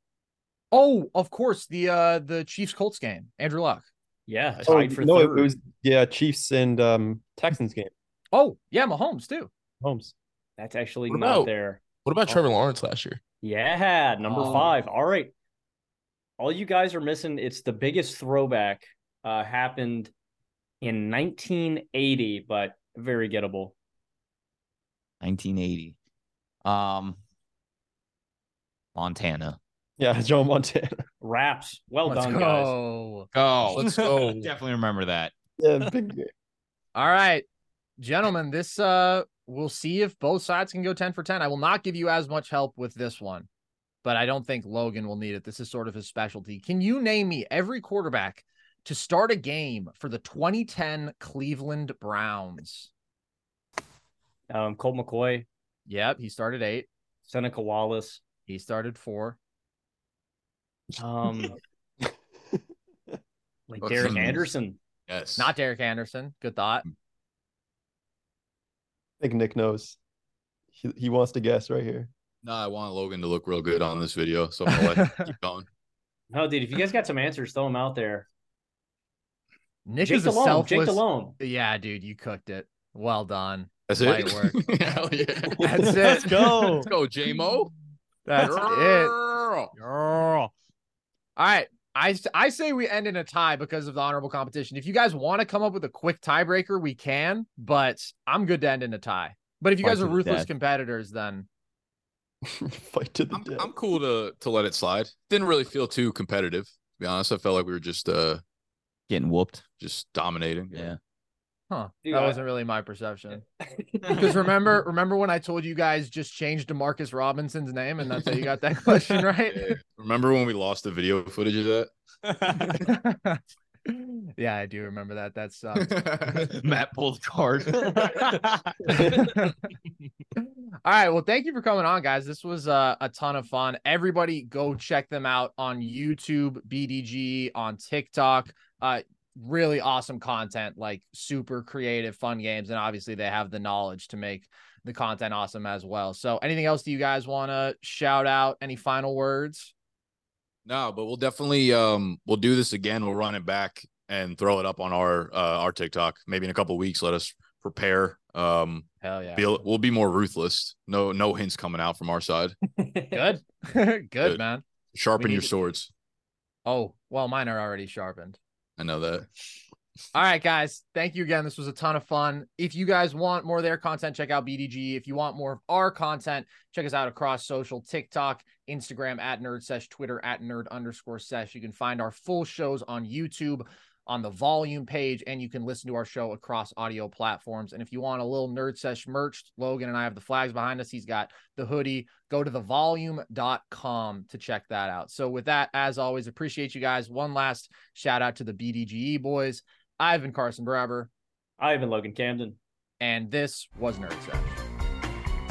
Speaker 6: Oh, of course, the uh the Chiefs Colts game. Andrew Luck.
Speaker 8: Yeah,
Speaker 4: Oh,
Speaker 8: tied for
Speaker 4: no, it-
Speaker 8: third.
Speaker 4: it was yeah, Chiefs and um Texans game.
Speaker 6: Oh, yeah, Mahomes too.
Speaker 4: Holmes.
Speaker 8: That's actually
Speaker 10: What
Speaker 8: not
Speaker 10: about-
Speaker 8: there.
Speaker 10: What about Trevor Lawrence last year?
Speaker 8: Yeah, number
Speaker 6: Oh.
Speaker 8: five. All right. All you guys are missing. It's the biggest throwback uh, happened in 1980, but very gettable.
Speaker 9: 1980. Um Montana.
Speaker 4: Yeah, [laughs] Joe Montana.
Speaker 8: Raps. Well
Speaker 6: Let's
Speaker 8: done, guys.
Speaker 6: go.
Speaker 9: Go.
Speaker 10: Let's go.
Speaker 9: [laughs] Definitely remember
Speaker 10: [laughs]
Speaker 9: that.
Speaker 4: Yeah, big game.
Speaker 6: All right, gentlemen, this uh we'll see if both sides can go 10 for 10. I will not give you as much help with this one, but I don't think Logan will need it. This is sort of his specialty. Can you name me every quarterback to start a game for the 2010 Cleveland Browns?
Speaker 8: Um, Colt McCoy,
Speaker 6: Yep, he started 8.
Speaker 8: Seneca Wallace.
Speaker 6: He started 4.
Speaker 8: Um, like
Speaker 7: What's
Speaker 8: Derek
Speaker 7: his-
Speaker 8: Anderson.
Speaker 7: Yes.
Speaker 6: Not Derek Anderson. Good thought.
Speaker 4: I think Nick knows. He, he wants to guess right here.
Speaker 7: No, I want Logan to look real good on this video, so I'm gonna let him keep going.
Speaker 8: No, dude, if you guys got some answers, throw them out there.
Speaker 6: Nick
Speaker 8: Jake
Speaker 6: is a
Speaker 8: DeLone.
Speaker 6: selfless.
Speaker 8: Jake DeLone.
Speaker 6: Yeah, dude, you cooked it. Well done.
Speaker 7: That's
Speaker 6: Light
Speaker 7: it.
Speaker 6: work.
Speaker 7: [laughs] Hell yeah.
Speaker 6: That's
Speaker 7: [laughs]
Speaker 6: it.
Speaker 7: Let's
Speaker 6: go.
Speaker 7: Let's go, J Mo.
Speaker 6: That's
Speaker 7: Girl.
Speaker 6: it. Girl. All right. I, I say we end in a tie because of the honorable competition. If you guys want to come up with a quick tiebreaker, we can, but I'm good to end in a tie. But if you
Speaker 7: Fight
Speaker 6: guys
Speaker 7: to
Speaker 6: are
Speaker 7: the
Speaker 6: ruthless
Speaker 7: death.
Speaker 6: competitors, then
Speaker 7: Fight to the I'm, I'm cool to to let it slide. Didn't really feel too competitive. To be honest, I felt like we were just uh
Speaker 9: getting whooped,
Speaker 7: just dominating.
Speaker 9: Yeah.
Speaker 6: Huh.
Speaker 10: Dude,
Speaker 6: that
Speaker 10: [laughs] I-
Speaker 6: wasn't really my perception. Because remember, remember when I told you guys just change Demarcus Robinson's name, and that's how you got
Speaker 7: [laughs]
Speaker 6: that question right?
Speaker 7: Remember when we lost the video footage of
Speaker 6: [laughs]
Speaker 7: that?
Speaker 6: yeah, I do remember that. That sucked.
Speaker 9: Matt pulled the card.
Speaker 6: [laughs]
Speaker 10: [laughs]
Speaker 6: All right. Well, thank you for coming on, guys. This was uh, a ton of fun. Everybody, go check them out on YouTube, BDG, on TikTok. Uh, really awesome content, like super creative, fun games, and obviously they have the knowledge to make the content awesome as well. So, anything else do you guys want to shout out? Any final words?
Speaker 7: No, but we'll definitely um we'll do this again. We'll run it back and throw it up on our uh our TikTok. Maybe in a couple weeks. Let us prepare. Um
Speaker 9: Oh,
Speaker 6: Hell yeah.
Speaker 7: be, we'll be more ruthless. No no hints coming out from our side.
Speaker 6: Good, [laughs] good,
Speaker 7: Good.
Speaker 6: man.
Speaker 7: Sharpen
Speaker 6: need
Speaker 7: your
Speaker 6: to-
Speaker 7: swords.
Speaker 6: Oh, well, mine are already sharpened.
Speaker 7: I know that.
Speaker 6: All right, guys. Thank you again. This was a ton of fun. If you guys want more of their content, check out BDG. If you want more of our content, check us out across social TikTok, Instagram at Nerd Sesh, Twitter at Nerd underscore Sesh. You can find our full shows on YouTube on the volume page, and you can listen to our show across audio platforms. And if you want a little Nerd Sesh merch, Logan and I have the flags behind us. He's got the hoodie. Go to thevolume.com to check that out. So, with that, as always, appreciate you guys. One last shout out to the BDGE E boys. I've been Carson Barber,
Speaker 10: I've been Logan Camden.
Speaker 6: and this was Nerd Sesh.